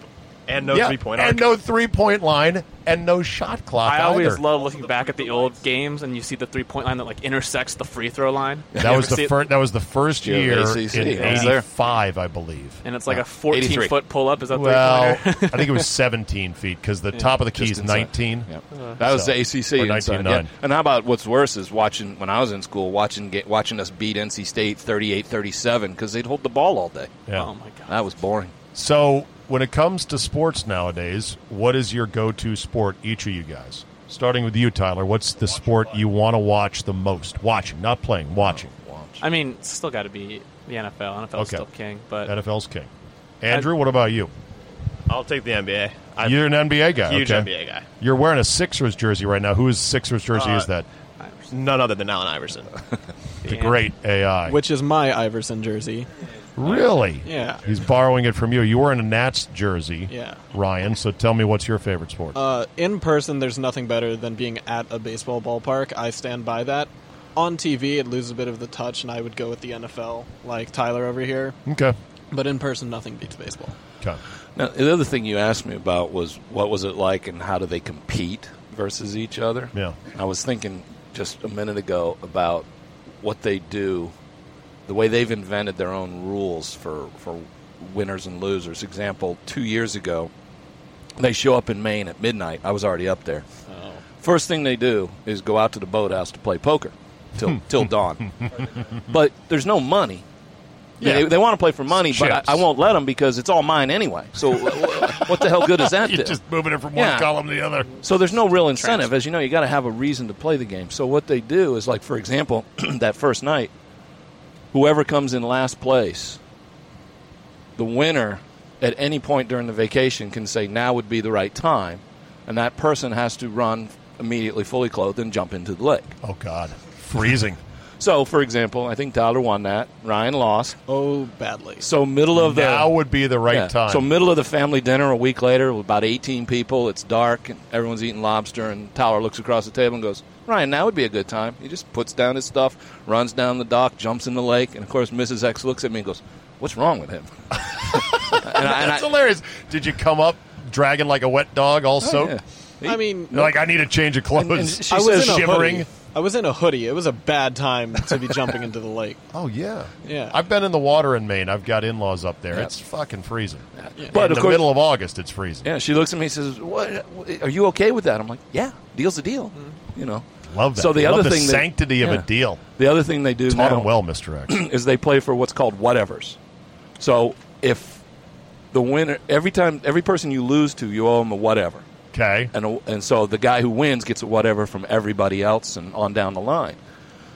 And no Yeah, three point. And no three point line, and no shot clock. I always either. love looking back at the old games, and you see the three point line that like intersects the free throw line. You That ever was see the it? first. That was the first Yeah, year ACC, in I was there. '85, I believe. and it's like a 14 83. foot pull up. Is that Well, I three pointer? think it was 17 feet because the top of the key Just is inside. 19. Yeah. That was So, the ACC. or oh inside, 19-9. yeah. And how about what's worse is watching when I was in school watching get, watching us beat NC State 38-37 because they'd hold the ball all day. Yeah. oh my god. That was boring. So when it comes to sports nowadays, what is your go-to sport? Each of you guys, starting with you, Tyler. What's the sport you want to watch the most? Watching, not playing, watching. Uh, I mean, it's still got to be the NFL. NFL's Okay. still king, but NFL's king. Andrew, what about you? I'll take the NBA. I'm You're an NBA guy. a huge okay. NBA guy. You're wearing a Sixers jersey right now. Whose Sixers jersey Uh, is that? None other than Allen Iverson. The great AI. Which is my Iverson jersey. really? Yeah. He's borrowing it from you. You were in a Nats jersey, Yeah. Ryan. So tell me, what's your favorite sport? Uh, in person, there's nothing better than being at a baseball ballpark. I stand by that. On TV, it loses a bit of the touch, and I would go with the NFL, like Tyler over here. okay. But in person, nothing beats baseball. Okay. Now, the other thing you asked me about was what was it like and how do they compete versus each other? Yeah. I was thinking just a minute ago about what they do, the way they've invented their own rules for, for winners and losers. Example, two years ago, they show up in Maine at midnight. I was already up there. First thing they do is go out to the boathouse to play poker till, till dawn. but there's no money. Yeah. They, want to play for money, but Chips. I, I won't let them because it's all mine anyway. So wh- wh- what the hell good is that? You're do? just moving it from one Yeah. column to the other. So there's no real incentive, as you know. You got to have a reason to play the game. So what they do is, like for example, that first night, whoever comes in last place, the winner at any point during the vacation can say now would be the right time, and that person has to run immediately, fully clothed, and jump into the lake. Oh God, freezing. So, for example, I think Tyler won that. Ryan lost. Oh, badly. So middle of the now would be the right Yeah. time. So middle of the family dinner a week later with about 18 people. It's dark and everyone's eating lobster and Tyler looks across the table and goes, "Ryan, now would be a good time." He just puts down his stuff, runs down the dock, jumps in the lake, and of course Mrs. X looks at me and goes, "What's wrong with him?" and I, and That's I- hilarious. Did you come up dragging like a wet dog? Also, Oh, yeah. He- I mean, You're like I need a change of clothes. and she I was says in a shivering. hoodie. I was in a hoodie. It was a bad time to be jumping into the lake. oh yeah, Yeah. I've been in the water in Maine. I've got in-laws up there. Yeah. It's fucking freezing. But in of the course- middle of August, it's freezing. yeah, she looks at me and says, "What? Are you okay with that?" I'm like, "Yeah, deal's a deal." You know. Mm-hmm. Love that. So the Love other the thing, they- sanctity of yeah. a deal. The other thing they do Taught now, him well, Mister X. is they play for what's called whatevers. So if the winner, every time, every person you lose to, you owe them a whatever, Okay, and a, and so the guy who wins gets a whatever from everybody else and on down the line.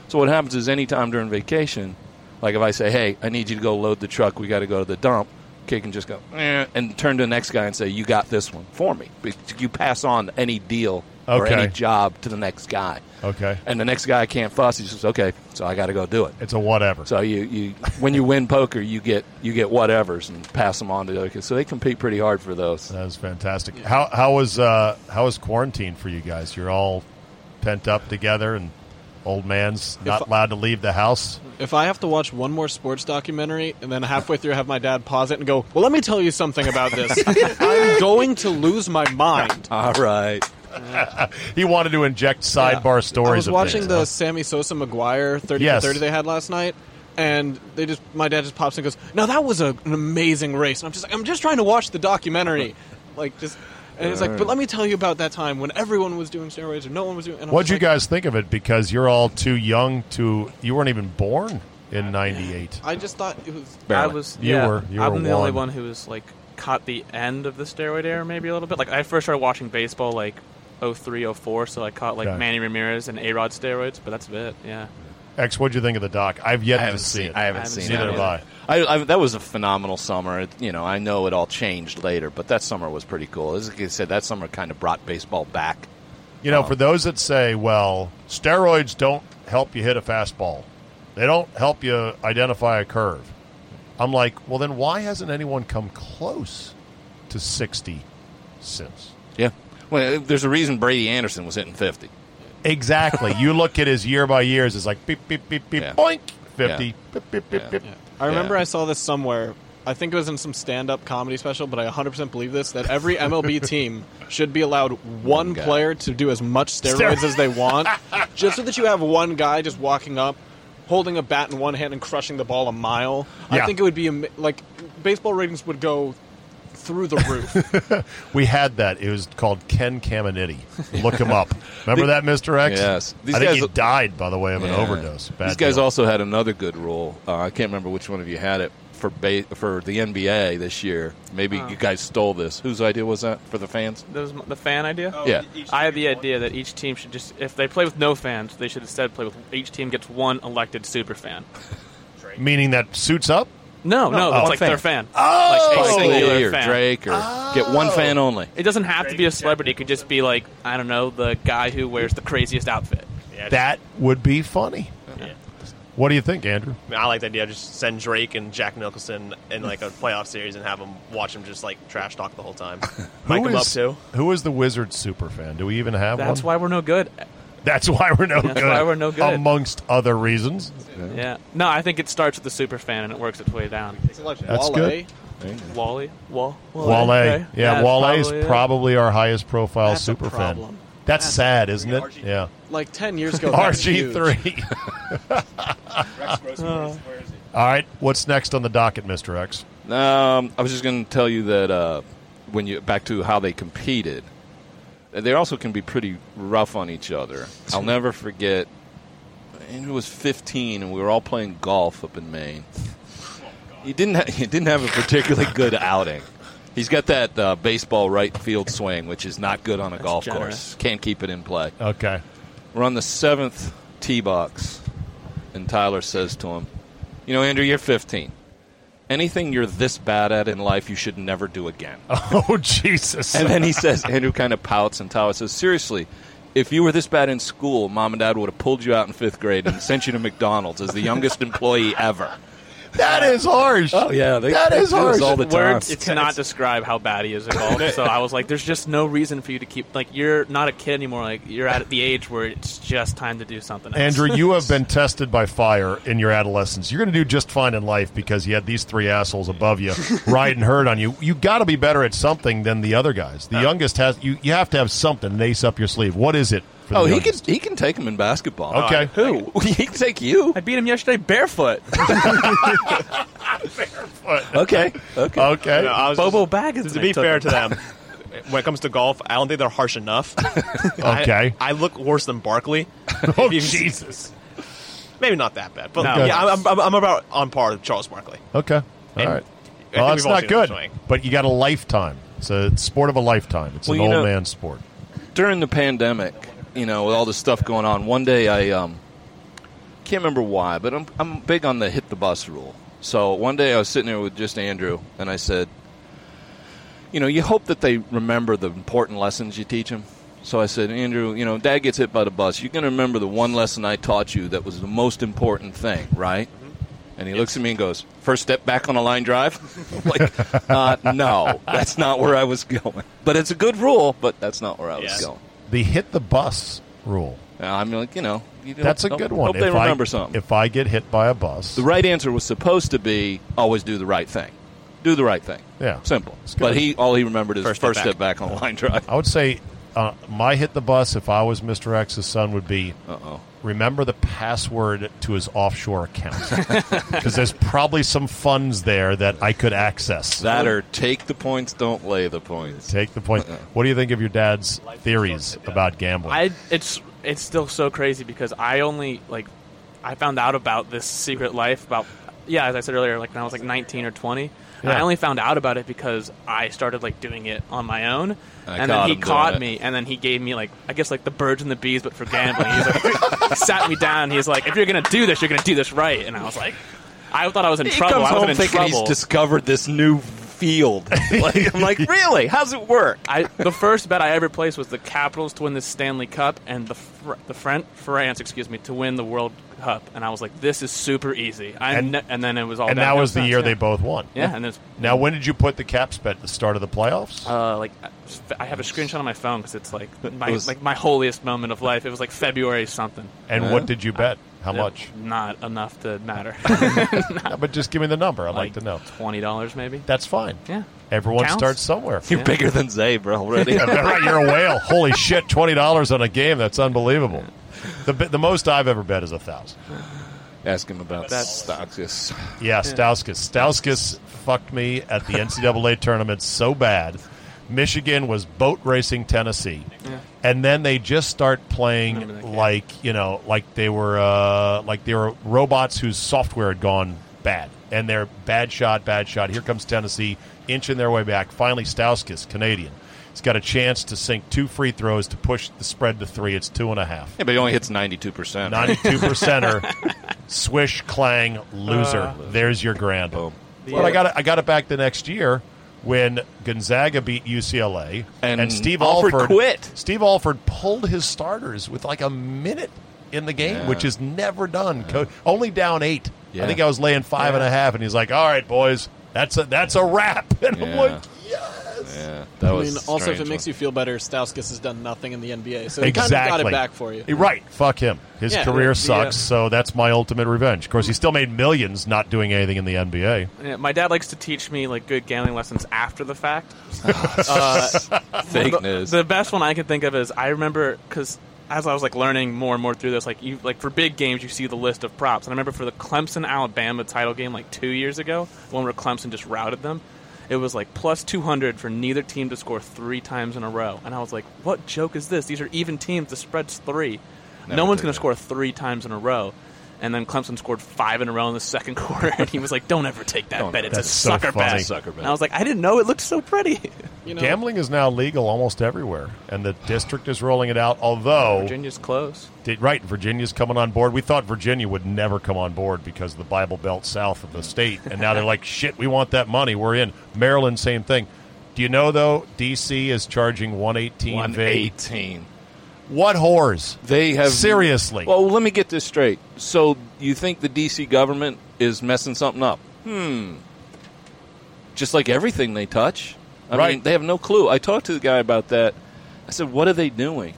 So what happens is anytime during vacation, like if I say, "Hey, I need you to go load the truck. We got to go to the dump," kid can just go eh, and turn to the next guy and say, "You got this one for me." Be- You pass on any deal or Okay. any job to the next guy, Okay. and the next guy can't fuss. He says, "Okay, so I got to go do it." It's a whatever. So you, you when you win poker, you get you get whatevers and pass them on to the other kids. So they compete pretty hard for those. that was fantastic. How how was uh, how was quarantine for you guys? You're all pent up together, and old man's not I- allowed to leave the house. If I have to watch one more sports documentary and then halfway through have my dad pause it and go, "Well, let me tell you something about this," I'm going to lose my mind. All right. He wanted to inject sidebar stories. I was of watching things, the huh? Sammy Sosa McGuire 30 Yes. for 30 they had last night. And they just, my dad just pops in and goes, "No, that was a, an amazing race." And I'm just like, I'm just trying to watch the documentary, like just. And it's like, but let me tell you about that time when everyone was doing steroids or no one was doing. And I'm What'd you just like, guys think of it? Because you're all too young to. You weren't even born in '98. I just thought it was. I Barely. was. You yeah, were- you I'm were the only one. one who was like caught the end of the steroid era, maybe a little bit. Like I first started watching baseball like 03, 04, so I caught like Okay. Manny Ramirez and A Rod steroids, but that's it. Yeah. X, what'd you think of the doc? I've yet I to haven't see seen. it. I haven't, I haven't seen. seen it. Neither have I. I, I, that was a phenomenal summer. It, you know, I know it all changed later, but that summer was pretty cool. As I said, that summer kind of brought baseball back. You Uh-huh. know, for those that say, well, steroids don't help you hit a fastball, they don't help you identify a curve. I'm like, well, then why hasn't anyone come close to 60 since? Yeah. Well, uh, there's a reason Brady Anderson was hitting 50. Exactly. you look at his year by years, it's like beep, beep, beep, beep, Yeah. boink, 50, Yeah. beep, beep, beep, Yeah. beep. Yeah. I remember Yeah. I saw this somewhere. I think it was in some stand-up comedy special, but I 100% believe this that every MLB team should be allowed one guy. player to do as much steroids as they want, just so that you have one guy just walking up, holding a bat in one hand and crushing the ball a mile. Yeah. I think it would be ama- like baseball ratings would go through the roof. We had that. It was called Ken Caminiti. Look him up. Remember that, Mr. X? Yes. These I think guys- he died, by the way, of an Yeah. overdose. Bad These guys deal. also had another good rule. Uh, I can't remember which one of you had it for ba- for the NBA this year. Maybe you guys stole this. Whose idea was that for the fans? That was m- the fan idea. yeah. I had the idea that each team should just, if they play with no fans, they should instead play with each team gets one elected super fan. Meaning that suits up? No, no, one that's like fan. their fan. Oh! like a Spike singular Lee or fan. Oh. Drake or get one fan only. It doesn't have to be a celebrity. It could just be like I don't know, the guy who wears the craziest outfit. That would be funny. What do you think, Andrew? I, mean, I like the idea. Just send Drake and Jack Nicholson in like a playoff series and have them watch them just like trash talk the whole time. Mic them up too. Who is the Wizards super fan? Do we even have That's one? why we're no good. That's why we're no That's good. why we're no good. Amongst other reasons. Yeah. No, I think it starts with the super fan and it works its way down. like That's Wale. good. Wally, Wall, Wale. okay. Yeah, Wale is it. probably our highest profile That's a super fan. problem. That's sad, isn't it? Yeah. Like 10 years ago, that was huge. RG3. All right. What's next on the docket, Mr. X? Um, I was just going to tell you that uh, when you back to how they competed, they also can be pretty rough on each other. I'll never forget. Andrew was 15, and we were all playing golf up in Maine. He didn't. Ha- he didn't have a particularly good outing. He's got that uh, baseball right field swing, which is not good on a golf generous. course. Can't keep it in play. Okay. We're on the seventh tee box, and Tyler says to him, "You know, Andrew, you're 15. Anything you're this bad at in life, you should never do again." Oh, Jesus. And then he says, Andrew kind of pouts, and Tyler says, "Seriously." If you were this bad in school, mom and dad would have pulled you out in fifth grade and sent you to McDonald's as the youngest employee ever. that is harsh. Oh yeah, they, That is they do this harsh. all the time. Words cannot describe how bad he is at golf. so I was like, "There's just no reason for you to keep like you're not a kid anymore. Like you're at the age where it's just time to do something." Else. Andrew, you have been tested by fire in your adolescence. You're going to do just fine in life because you had these three assholes above you riding herd on you. You got to be better at something than the other guys. The youngest has you. You have to have something an ace up your sleeve. What is it? For the Oh, he can youngest? he can take him in basketball. Okay. who he can take you? I beat him yesterday barefoot. Okay, okay. Okay. No, I was Bobo just- Baggins. To be fair to them, when it comes to golf, I don't think they're harsh enough. I- Okay. I, look worse than Barkley. oh If you- Jesus. Maybe not that bad, but No. yeah, I'm, I'm, I'm about on par with Charles Barkley. Okay. All And right. I Well, think it's we've all not seen good, him swing. but you got a lifetime. It's a sport of a lifetime. It's Well, an you old know- man sport. during the pandemic, you know, with all this stuff going on, one day I um, can't remember why, but I'm, I'm big on the hit the bus rule. So one day I was sitting there with just Andrew, and I said, you know, you hope that they remember the important lessons you teach them. So I said, Andrew, you know, Dad gets hit by the bus. You're going to remember the one lesson I taught you that was the most important thing, right? Mm-hmm. And he looks at me and goes, First step back on a line drive? I'm like, uh, no, that's not where I was going. But it's a good rule, but that's not where I was Yes. going. The hit the bus rule. And I'm like, you know, you don't- That's a don't- good one. Hope they If I- remember something. If I get hit by a bus, The right answer was supposed to be always do the right thing. Do the right thing. Yeah. Simple. It's good. But he all he remembered is first, First step step back on line drive. I would say uh, my hit the bus, if I was Mr. X's son, would be Uh oh. remember the password to his offshore account. Because there's probably some funds there that I could access. That or take the points, don't lay the points. Take the point. What do you think of your dad's theories about gambling? I it's it's still so crazy because I only like I found out about this secret life about yeah as I said earlier like when I was like 19 or 20 and I Yeah. only found out about it because I started like doing it on my own I and then caught he him doing caught it. me and then he gave me like I guess like the birds and the bees but for gambling he's like sat me down he's like if you're gonna do this you're gonna do this right and I was like I thought I was in He trouble comes I home wasn't in thinking trouble he's discovered this new field. like, I'm like, really? How's it work? I the first bet I ever placed was the Capitals to win the Stanley Cup and the Fr- the Fran- France, excuse me, to win the World Cup, and I was like, this is super easy. I And- and, and then it was all. and that downhill was the since, year yeah. they both won. Yeah, and it's Now, when did you put the caps bet? The start of the playoffs? uh, like I have a screenshot on my phone because it's like my was- like my holiest moment of life. It was like February something. and what did you bet? How much? Not enough to matter. No, but just give me the number. I'd like, to know. Twenty dollars maybe. That's fine. Yeah. Everyone Counts? starts somewhere. You're bigger than Zabe already. Yeah, right, you're a whale. Holy shit, twenty dollars on a game—that's unbelievable. The bi- the most I've ever bet is a thousand. Ask him about that That's- stocks. Yes. Yeah, Stauskas. Stauskas fucked me at the NCAA tournament so bad. Michigan was boat racing Tennessee, and then they just start Remember that playing game. like you know, like they were uh, like they were robots whose software had gone bad, and they're bad shot, bad shot. Here comes Tennessee inching their way back. Finally, Stauskas, Canadian, he's got a chance to sink two free throws to push the spread to three. It's two and a half. Yeah, but he only hits 92%. 92 percenter. Swish clang loser. There's your grand. Boom. But I got it, I got it back the next year when Gonzaga beat UCLA And Steve Alford Alford, quit. Steve Alford pulled his starters with like a minute in the game, which is never done. Co- only down eight. Yeah. I think I was laying five and a half, and he's like, "All right, boys, that's a that's a wrap." And I'm Yeah. like, Yeah, that I was mean, also, if it strange makes one. you feel better, Stauskas has done nothing in the NBA, so he exactly. kind of got it back for you. Eh, Right. Fuck him. His Yeah. career Yeah. sucks, so that's my ultimate revenge. Of course, he still made millions not doing anything in the NBA. Yeah, my dad likes to teach me like good gambling lessons after the fact. uh, fake the, news. the best one I can think of is I remember because as I was like learning more and more through this, like you like for big games, you see the list of props, and I remember for the Clemson Alabama title game like two years ago, the one where Clemson just routed them. It was like plus 200 for neither team to score three times in a row. And I was like, what joke is this? These are even teams. The spread's three. Never no one's did going to that. score three times in a row. And then Clemson scored five in a row in the second quarter. And he was like, don't ever take that Don't- bet. It's a that's so sucker funny. bet. Sucker bet. And I was like, I didn't know. It looked so pretty. You know, Gambling is now legal almost everywhere, and the district is rolling it out. Although, Virginia's close. did, right, Virginia's coming on board. We thought Virginia would never come on board because of the Bible Belt south of the state, and now they're like, "Shit, we want that money. We're in." Maryland, same thing. Do you know though? DC is charging one eighteen. 118. What whores? They have Seriously. Well, let me get this straight. So you think the DC government is messing something up? Hmm. Just like everything they touch, I mean, Right. they have no clue. I talked to the guy about that. I said, "What are they doing?"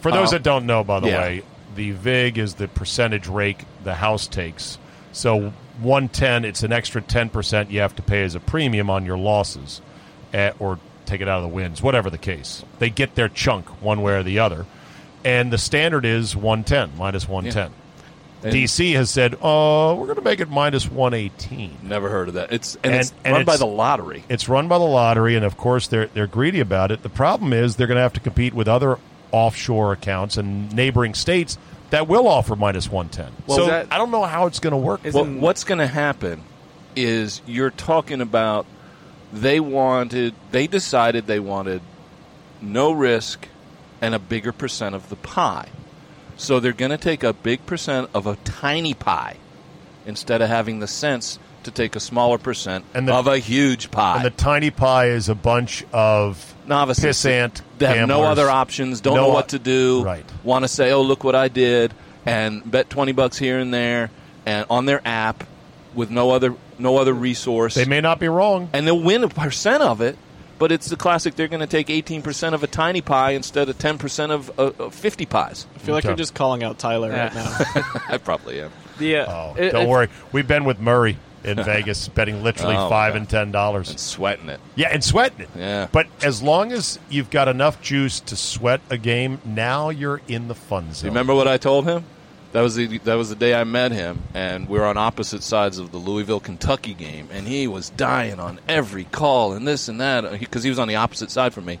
For those Uh, that don't know, by the yeah. way, the VIG is the percentage rake the house takes. So 110, it's an extra 10% you have to pay as a premium on your losses eh, or take it out of the wins, whatever the case. They get their chunk one way or the other. And the standard is 110, minus 110. And DC has said, oh, we're going to make it minus 118. Never heard of that. It's and, And- it's and run by it's- the lottery. It's run by the lottery, and of course they're they're greedy about it. The problem is they're going to have to compete with other offshore accounts and neighboring states that will offer minus one ten. Well, so that- I don't know how it's going to work. Is Well, Isn't- what's going to happen is you're talking about they wanted, they decided they wanted no risk and a bigger percent of the pie. So they're going to take a big percent of a tiny pie instead of having the sense to to take a smaller percent And the- of a huge pie. And the tiny pie is a bunch of Novices pissant that have no gamblers. other options, don't No know o- what to do, Right. want to say, "Oh, look what I did," and bet twenty bucks here and there, and on their app with no other no other resource, They may not be wrong. and they'll win a percent of it. But it's the classic. They're going to take eighteen percent of a tiny pie instead of ten percent of uh, uh, fifty pies. I feel like Okay. you're just calling out Tyler right Yeah. now. I probably am. Yeah. Oh, uh, it- don't it's- worry. We've been with Murray in Vegas, betting literally Oh, five yeah. and ten dollars. Sweating it. Yeah, and sweating it. Yeah. But as long as you've got enough juice to sweat a game, now you're in the fun Do zone. you remember what I told him? That was the that was the day I met him, and we were on opposite sides of the Louisville Kentucky game, and he was dying on every call and this and that because he was on the opposite side from me.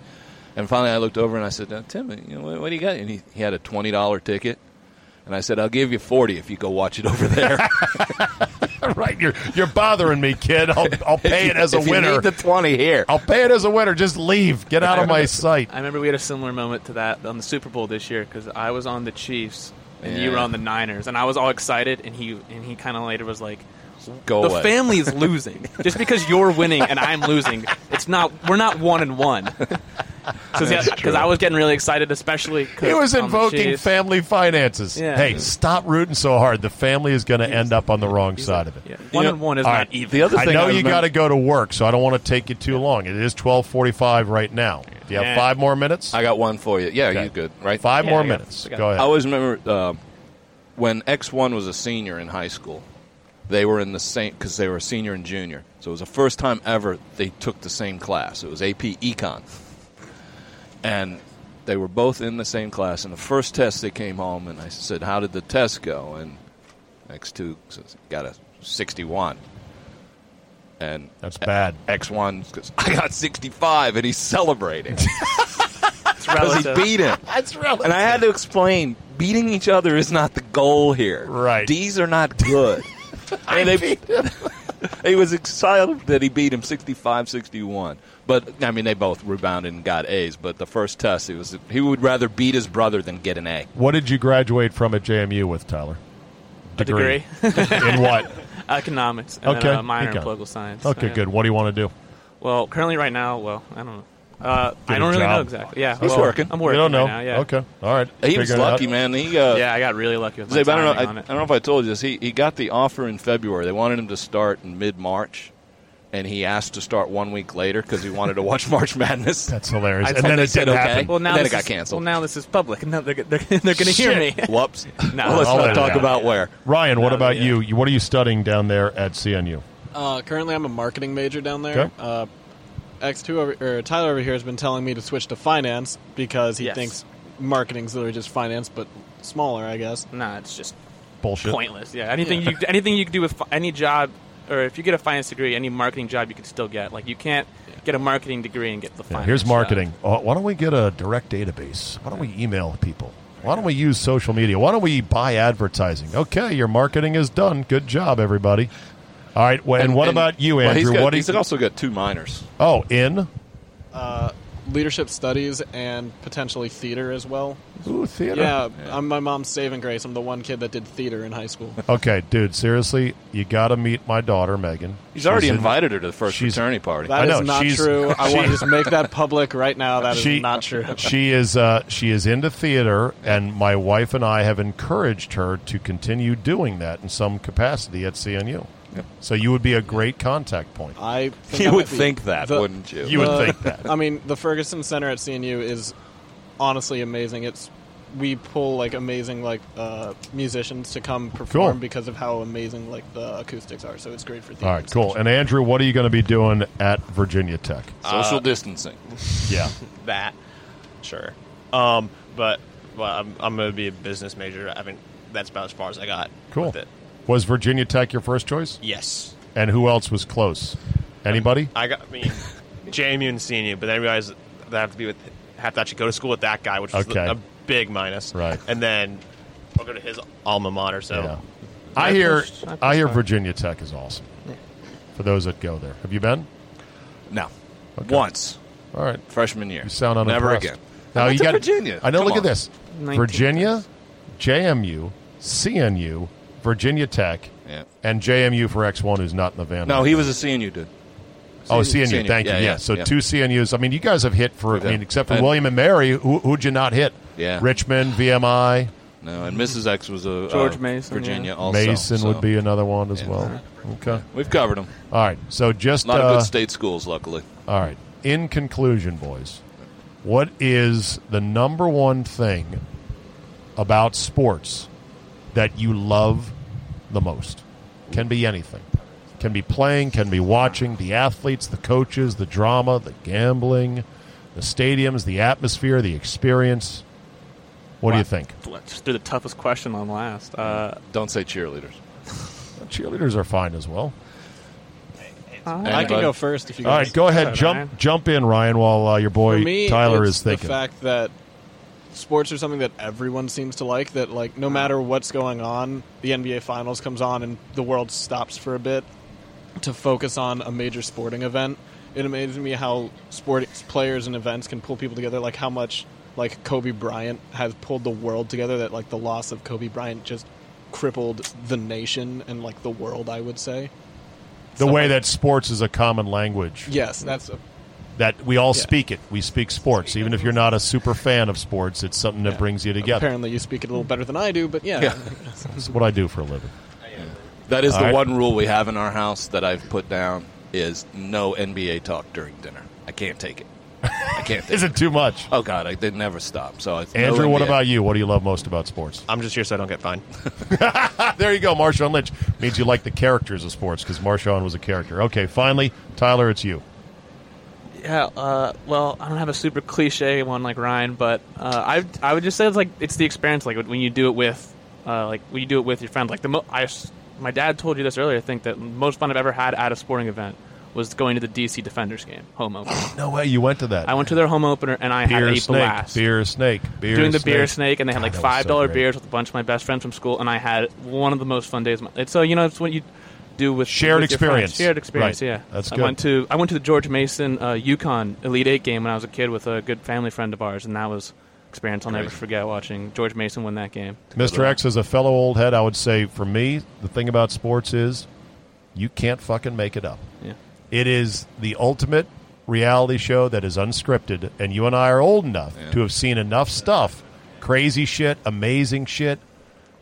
And finally, I looked over and I said, now, "Tim, uh, you know, what, what do you got?" And he, he had a twenty dollar ticket, and I said, "I'll give you forty if you go watch it over there." right? You're you're bothering me, kid. I'll I'll pay it as a If you winner. need the twenty here. I'll pay it as a winner. Just leave. Get out of my sight. I remember we had a similar moment to that on the Super Bowl this year because I was on the Chiefs and you were Yeah. on the Niners, and I was all excited, and he and he kind of later was like, go "The away. family is losing just because you're winning and I'm losing. It's not we're not one and one." Because I was getting really excited, especially 'cause He was I'm the invoking Chiefs. family finances. Yeah. Hey, stop rooting so hard. The family is going to end up on the wrong side of it. Yeah, one know, and one is all not right, even. the other I thing know you remember- got to go to work, so I don't want to take you too long. It is twelve forty-five right now. Do you have Yeah. five more minutes? I got one for you. Yeah, Okay. you good, right? Five Yeah, more I got- minutes. I got- Go ahead. I always remember uh, when X1 was a senior in high school. They were in the same because they were a senior and junior. So it was the first time ever they took the same class. It was AP Econ, and they were both in the same class. And the first test they came home, and I said, "How did the test go?" And X2 says, got a 61, and That's bad. X1 goes, "I got 65," and he's celebrating. It's because he relative. beat him. That's relevant. And I had to explain beating each other is not the goal here. Right. These are not good. I they, beat him. he was excited that he beat him 65-61. But I mean, they both rebounded and got A's. But the first test, he was he would rather beat his brother than get an A. What did you graduate from at JMU with, Tyler? A degree, in what? economics, and Okay, then a minor in econ. political science. Okay, Yeah. good. What do you want to do? Well, currently, right now, well, I don't know. Uh, I a don't really job. know exactly. Yeah, He's well, working. I'm working. you don't know. Right now, yeah. Okay. All right. He was Figure it lucky, out. man. He uh, Yeah, I got really lucky with my Zabe, I don't know. I, timing I on it. don't know if I told you this. He he got the offer in February. They wanted him to start in mid March, and he asked to start one week later because he wanted to watch March Madness. That's hilarious. I and then totally it said didn't okay. happen. Well, now Then this it got is- canceled. Well, now this is public. Now they're they're, they're going to hear me. Shit. Whoops. No. Well, let's I'll not let it talk happen. about where. Ryan, what No, about uh, yeah. you? you? What are you studying down there at CNU? Uh, currently, I'm a marketing major down there. Okay. Uh, X2 over, or Tyler over here has been telling me to switch to finance because he Yes. thinks marketing's literally just finance, but smaller, I guess. Nah, it's just Bullshit. pointless. Yeah, anything you anything you can do with fi- any job, or if you get a finance degree, any marketing job you can still get. Like you can't get a marketing degree and get the Yeah, finance. here's job. marketing. Uh, why don't we get a direct database? Why don't we email people? Why don't we use social media? Why don't we buy advertising? Okay, your marketing is done. Good job, everybody. All right. Well, and, what about you, well, Andrew? he's got, what do he's you- also got two minors. Oh, in Leadership studies and potentially theater as well. Ooh, theater. Yeah, I'm my mom's saving grace. I'm the one kid that did theater in high school. Okay, dude. Seriously, you got to meet my daughter, Megan. He's already She's in- invited her to the first she's- fraternity party. That is know, not she's- true. I want she- to just make that public right now. That is She- not true. she is uh, she is into theater, and my wife and I have encouraged her to continue doing that in some capacity at CNU. So you would be a great contact point. I think you I would might be think that, the- wouldn't you? You would the- think that. Uh, I mean, the Ferguson Center at CNU is honestly amazing. It's we pull like amazing like uh, musicians to come perform Cool. because of how amazing like the acoustics are. So it's great for theater. All right, cool. And Andrew, what are you going to be doing at Virginia Tech? Uh, Social distancing. Yeah, that. Sure. Um, but well, I'm, I'm going to be a business major. I mean, that's about as far as I got. cool. With it. Was Virginia Tech your first choice? Yes. And who else was close? Anybody? I got. I mean, JMU and senior, but then I realized that I have to be with, have to actually go to school with that guy, which was Okay. a big minus. Right. And then I'll go to his alma mater. So Yeah. I hear pushed- I pushed I hear hard. Virginia Tech is awesome. For those that go there, have you been? No. Once. All right. Freshman year. You sound unimpressed. Never again. Now I went you to got Virginia. I know. Come look on. at this: 19. Virginia, JMU, CNU, Virginia Tech, Yeah. and JMU for X1, who's not in the van. No, he was a CNU dude. Oh, CNU. CNU. CNU. Thank Yeah, you. Yeah. yeah, So yeah. two CNUs. I mean, you guys have hit for. I mean, except for And- William and Mary, who, who'd you not hit? Yeah. Richmond, VMI, No, and Mrs. X was a George uh, Mason, Virginia yeah. also. Mason so would be another one as well. Okay. We've covered them. All right. So just A lot uh, of good state schools, luckily. All right. In conclusion, boys, what is the number one thing about sports that you love the most? Can be anything. Can be playing, can be watching, the athletes, the coaches, the drama, the gambling, the stadiums, the atmosphere, the experience. What do you think? Let's do the toughest question on last. Uh, Don't say cheerleaders. Cheerleaders are fine as well. I can Anybody? go first if you All guys. right, go ahead. Sorry, Ryan. Jump jump in, Ryan, while uh, your For boy me, Tyler it's is thinking. the fact that sports are something that everyone seems to like. That like no matter what's going on, the NBA Finals comes on and the world stops for a bit to focus on a major sporting event. It amazes me how sports players and events can pull people together. Like how much like Kobe Bryant has pulled the world together. That like the loss of Kobe Bryant just crippled the nation and like the world. I would say the So, way like- that sports is a common language. yes, that's a that we all Yeah. speak it. We speak sports, even if you're not a super fan of sports. It's something that Yeah. brings you together. Apparently, you speak it a little better than I do, but yeah, Yeah. That's what I do for a living. That is All the right. one rule we have in our house that I've put down is no NBA talk during dinner. I can't take it. I can't. Take Is it too much? Uh, Oh God, I, they never stop. So it's no Andrew, what NBA. about you? What do you love most about sports? I'm just here so I don't get fined. Ah, there you go, Marshawn Lynch. Means you like the characters of sports because Marshawn was a character. Okay, finally, Tyler, it's you. yeah. Uh, well, I don't have a super cliche one like Ryan, but uh, I I would just say it's like it's the experience. Like when you do it with, uh, like when you do it with your friends. Like the mo- I, s- my dad told you this earlier. I think that the most fun I've ever had at a sporting event was going to the DC Defenders game home opener. No way, you went to that. I went to their home opener and I beer had a snake, blast. beer snake, beer doing the snake. beer snake, and they had God, like that was five so dollar great. beers with a bunch of my best friends from school, and I had one of the most fun days. Of my, it's so you know it's what you do with Shared with your friends. experience. shared experience. Right. Yeah, That's I good. went to I went to the George Mason uh, UConn Elite Eight game when I was a kid with a good family friend of ours, and that was experience I'll never forget. Watching George Mason win that game. Mr. X, as a fellow old head, I would say for me, the thing about sports is you can't fucking make it up. Yeah. It is the ultimate reality show that is unscripted, and you and I are old enough to have seen enough stuff crazy shit, amazing shit.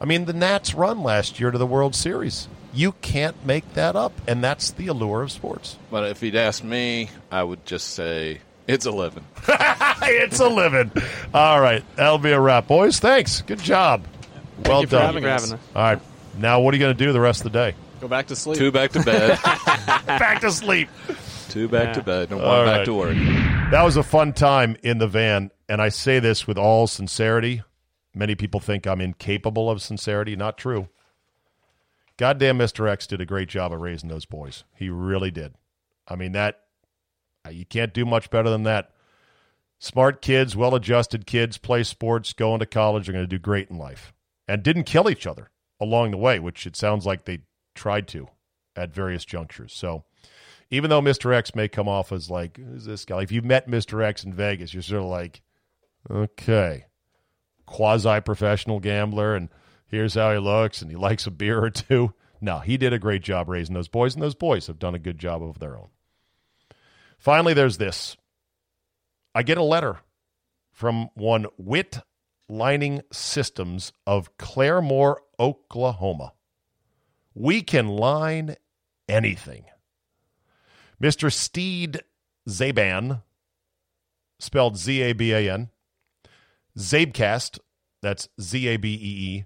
I mean, the Nats run last year to the World Series. You can't make that up, and that's the allure of sports. But if he'd asked me, I would just say it's eleven. it's a living. All right, that'll be a wrap, boys. Thanks. Good job. well you for done. having Thank you for us. All right, now what are you going to do the rest of the day? go back to sleep. Two back to bed. Back to sleep. Two back to bed. And one All back right. to work. That was a fun time in the van, and I say this with all sincerity. Many people think I'm incapable of sincerity. Not true. Goddamn, Mr. X did a great job of raising those boys. He really did. I mean, that uh, you can't do much better than that. Smart kids, well adjusted kids, play sports, go into college, are going to do great in life. And didn't kill each other along the way, which it sounds like they tried to at various junctures. So, even though Mr. X may come off as like, who's this guy? Like, if you met Mr. X in Vegas, you're sort of like, okay, quasi professional gambler, and here's how he looks, and he likes a beer or two. No, he did a great job raising those boys, and those boys have done a good job of their own. Finally, there's this. I get a letter from one Wit Lining Systems of Claremore, Oklahoma. We can line anything. Mr. Steed Zaban, spelled Z A B A N, Zabecast, that's Z A B E E,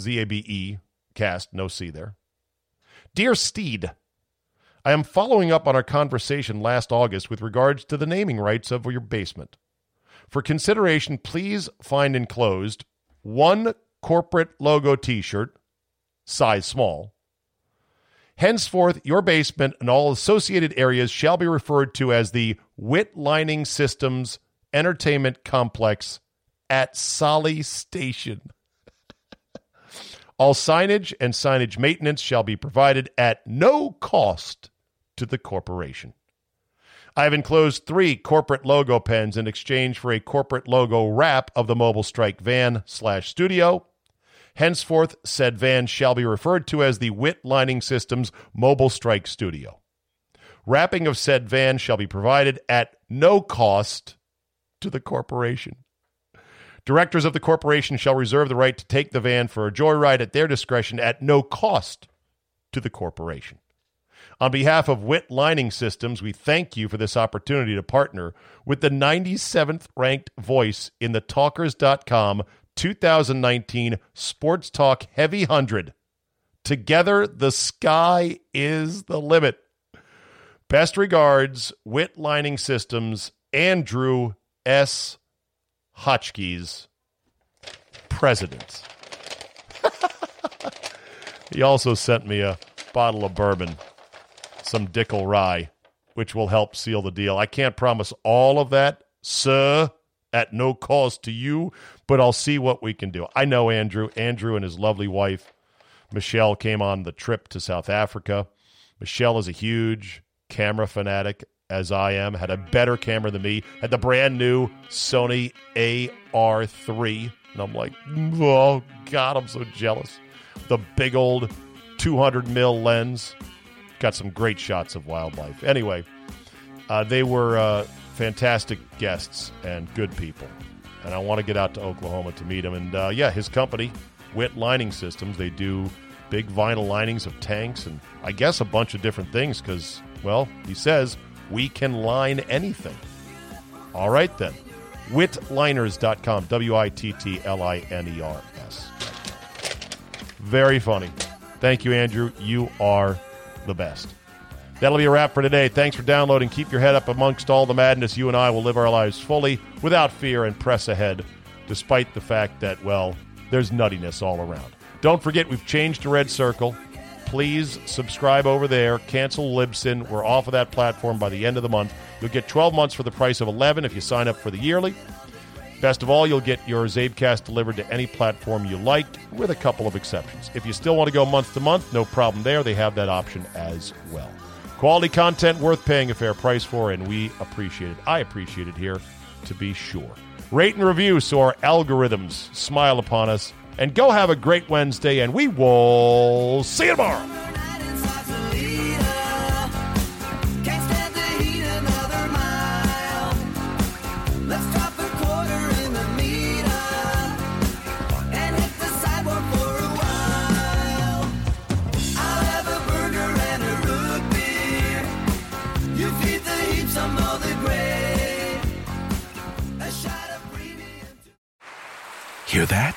Z A B E, cast, no C there. Dear Steed, I am following up on our conversation last August with regards to the naming rights of your basement. For consideration, please find enclosed one corporate logo t shirt, size small. Henceforth, your basement and all associated areas shall be referred to as the Wit Lining Systems Entertainment Complex at Solly Station. all signage and signage maintenance shall be provided at no cost to the corporation. I have enclosed three corporate logo pens in exchange for a corporate logo wrap of the Mobile Strike van slash studio Henceforth, said van shall be referred to as the Wit Lining Systems Mobile Strike Studio. Wrapping of said van shall be provided at no cost to the corporation. Directors of the corporation shall reserve the right to take the van for a joyride at their discretion at no cost to the corporation. On behalf of Wit Lining Systems, we thank you for this opportunity to partner with the 97th ranked voice in the Talkers.com 2019 Sports Talk Heavy 100. Together, the sky is the limit. Best regards, Wit Lining Systems, Andrew S. Hotchkiss, President. he also sent me a bottle of bourbon, some Dickel rye, which will help seal the deal. I can't promise all of that, sir, at no cost to you, but I'll see what we can do. I know Andrew. Andrew and his lovely wife, Michelle, came on the trip to South Africa. Michelle is a huge camera fanatic, as I am, had a better camera than me, had the brand new Sony AR3. And I'm like, oh, God, I'm so jealous. The big old 200 mil lens. Got some great shots of wildlife. Anyway, uh, they were uh, fantastic guests and good people. And I want to get out to Oklahoma to meet him. And uh, yeah, his company, Wit Lining Systems, they do big vinyl linings of tanks and I guess a bunch of different things because, well, he says we can line anything. All right then. Witliners.com. W I T T L I N E R S. Very funny. Thank you, Andrew. You are the best. That'll be a wrap for today. Thanks for downloading. Keep your head up amongst all the madness. You and I will live our lives fully without fear and press ahead, despite the fact that, well, there's nuttiness all around. Don't forget, we've changed to Red Circle. Please subscribe over there. Cancel Libsyn. We're off of that platform by the end of the month. You'll get 12 months for the price of 11 if you sign up for the yearly. Best of all, you'll get your Zabecast delivered to any platform you like, with a couple of exceptions. If you still want to go month to month, no problem there. They have that option as well. Quality content worth paying a fair price for, and we appreciate it. I appreciate it here, to be sure. Rate and review so our algorithms smile upon us. And go have a great Wednesday, and we will see you tomorrow. Can't stand the heat another mile. Let's drop a quarter in the meter and hit the sidewalk for a while. I'll have a burger and a root beer. You feed the heat, some know the grave. A shot of premium. Hear that?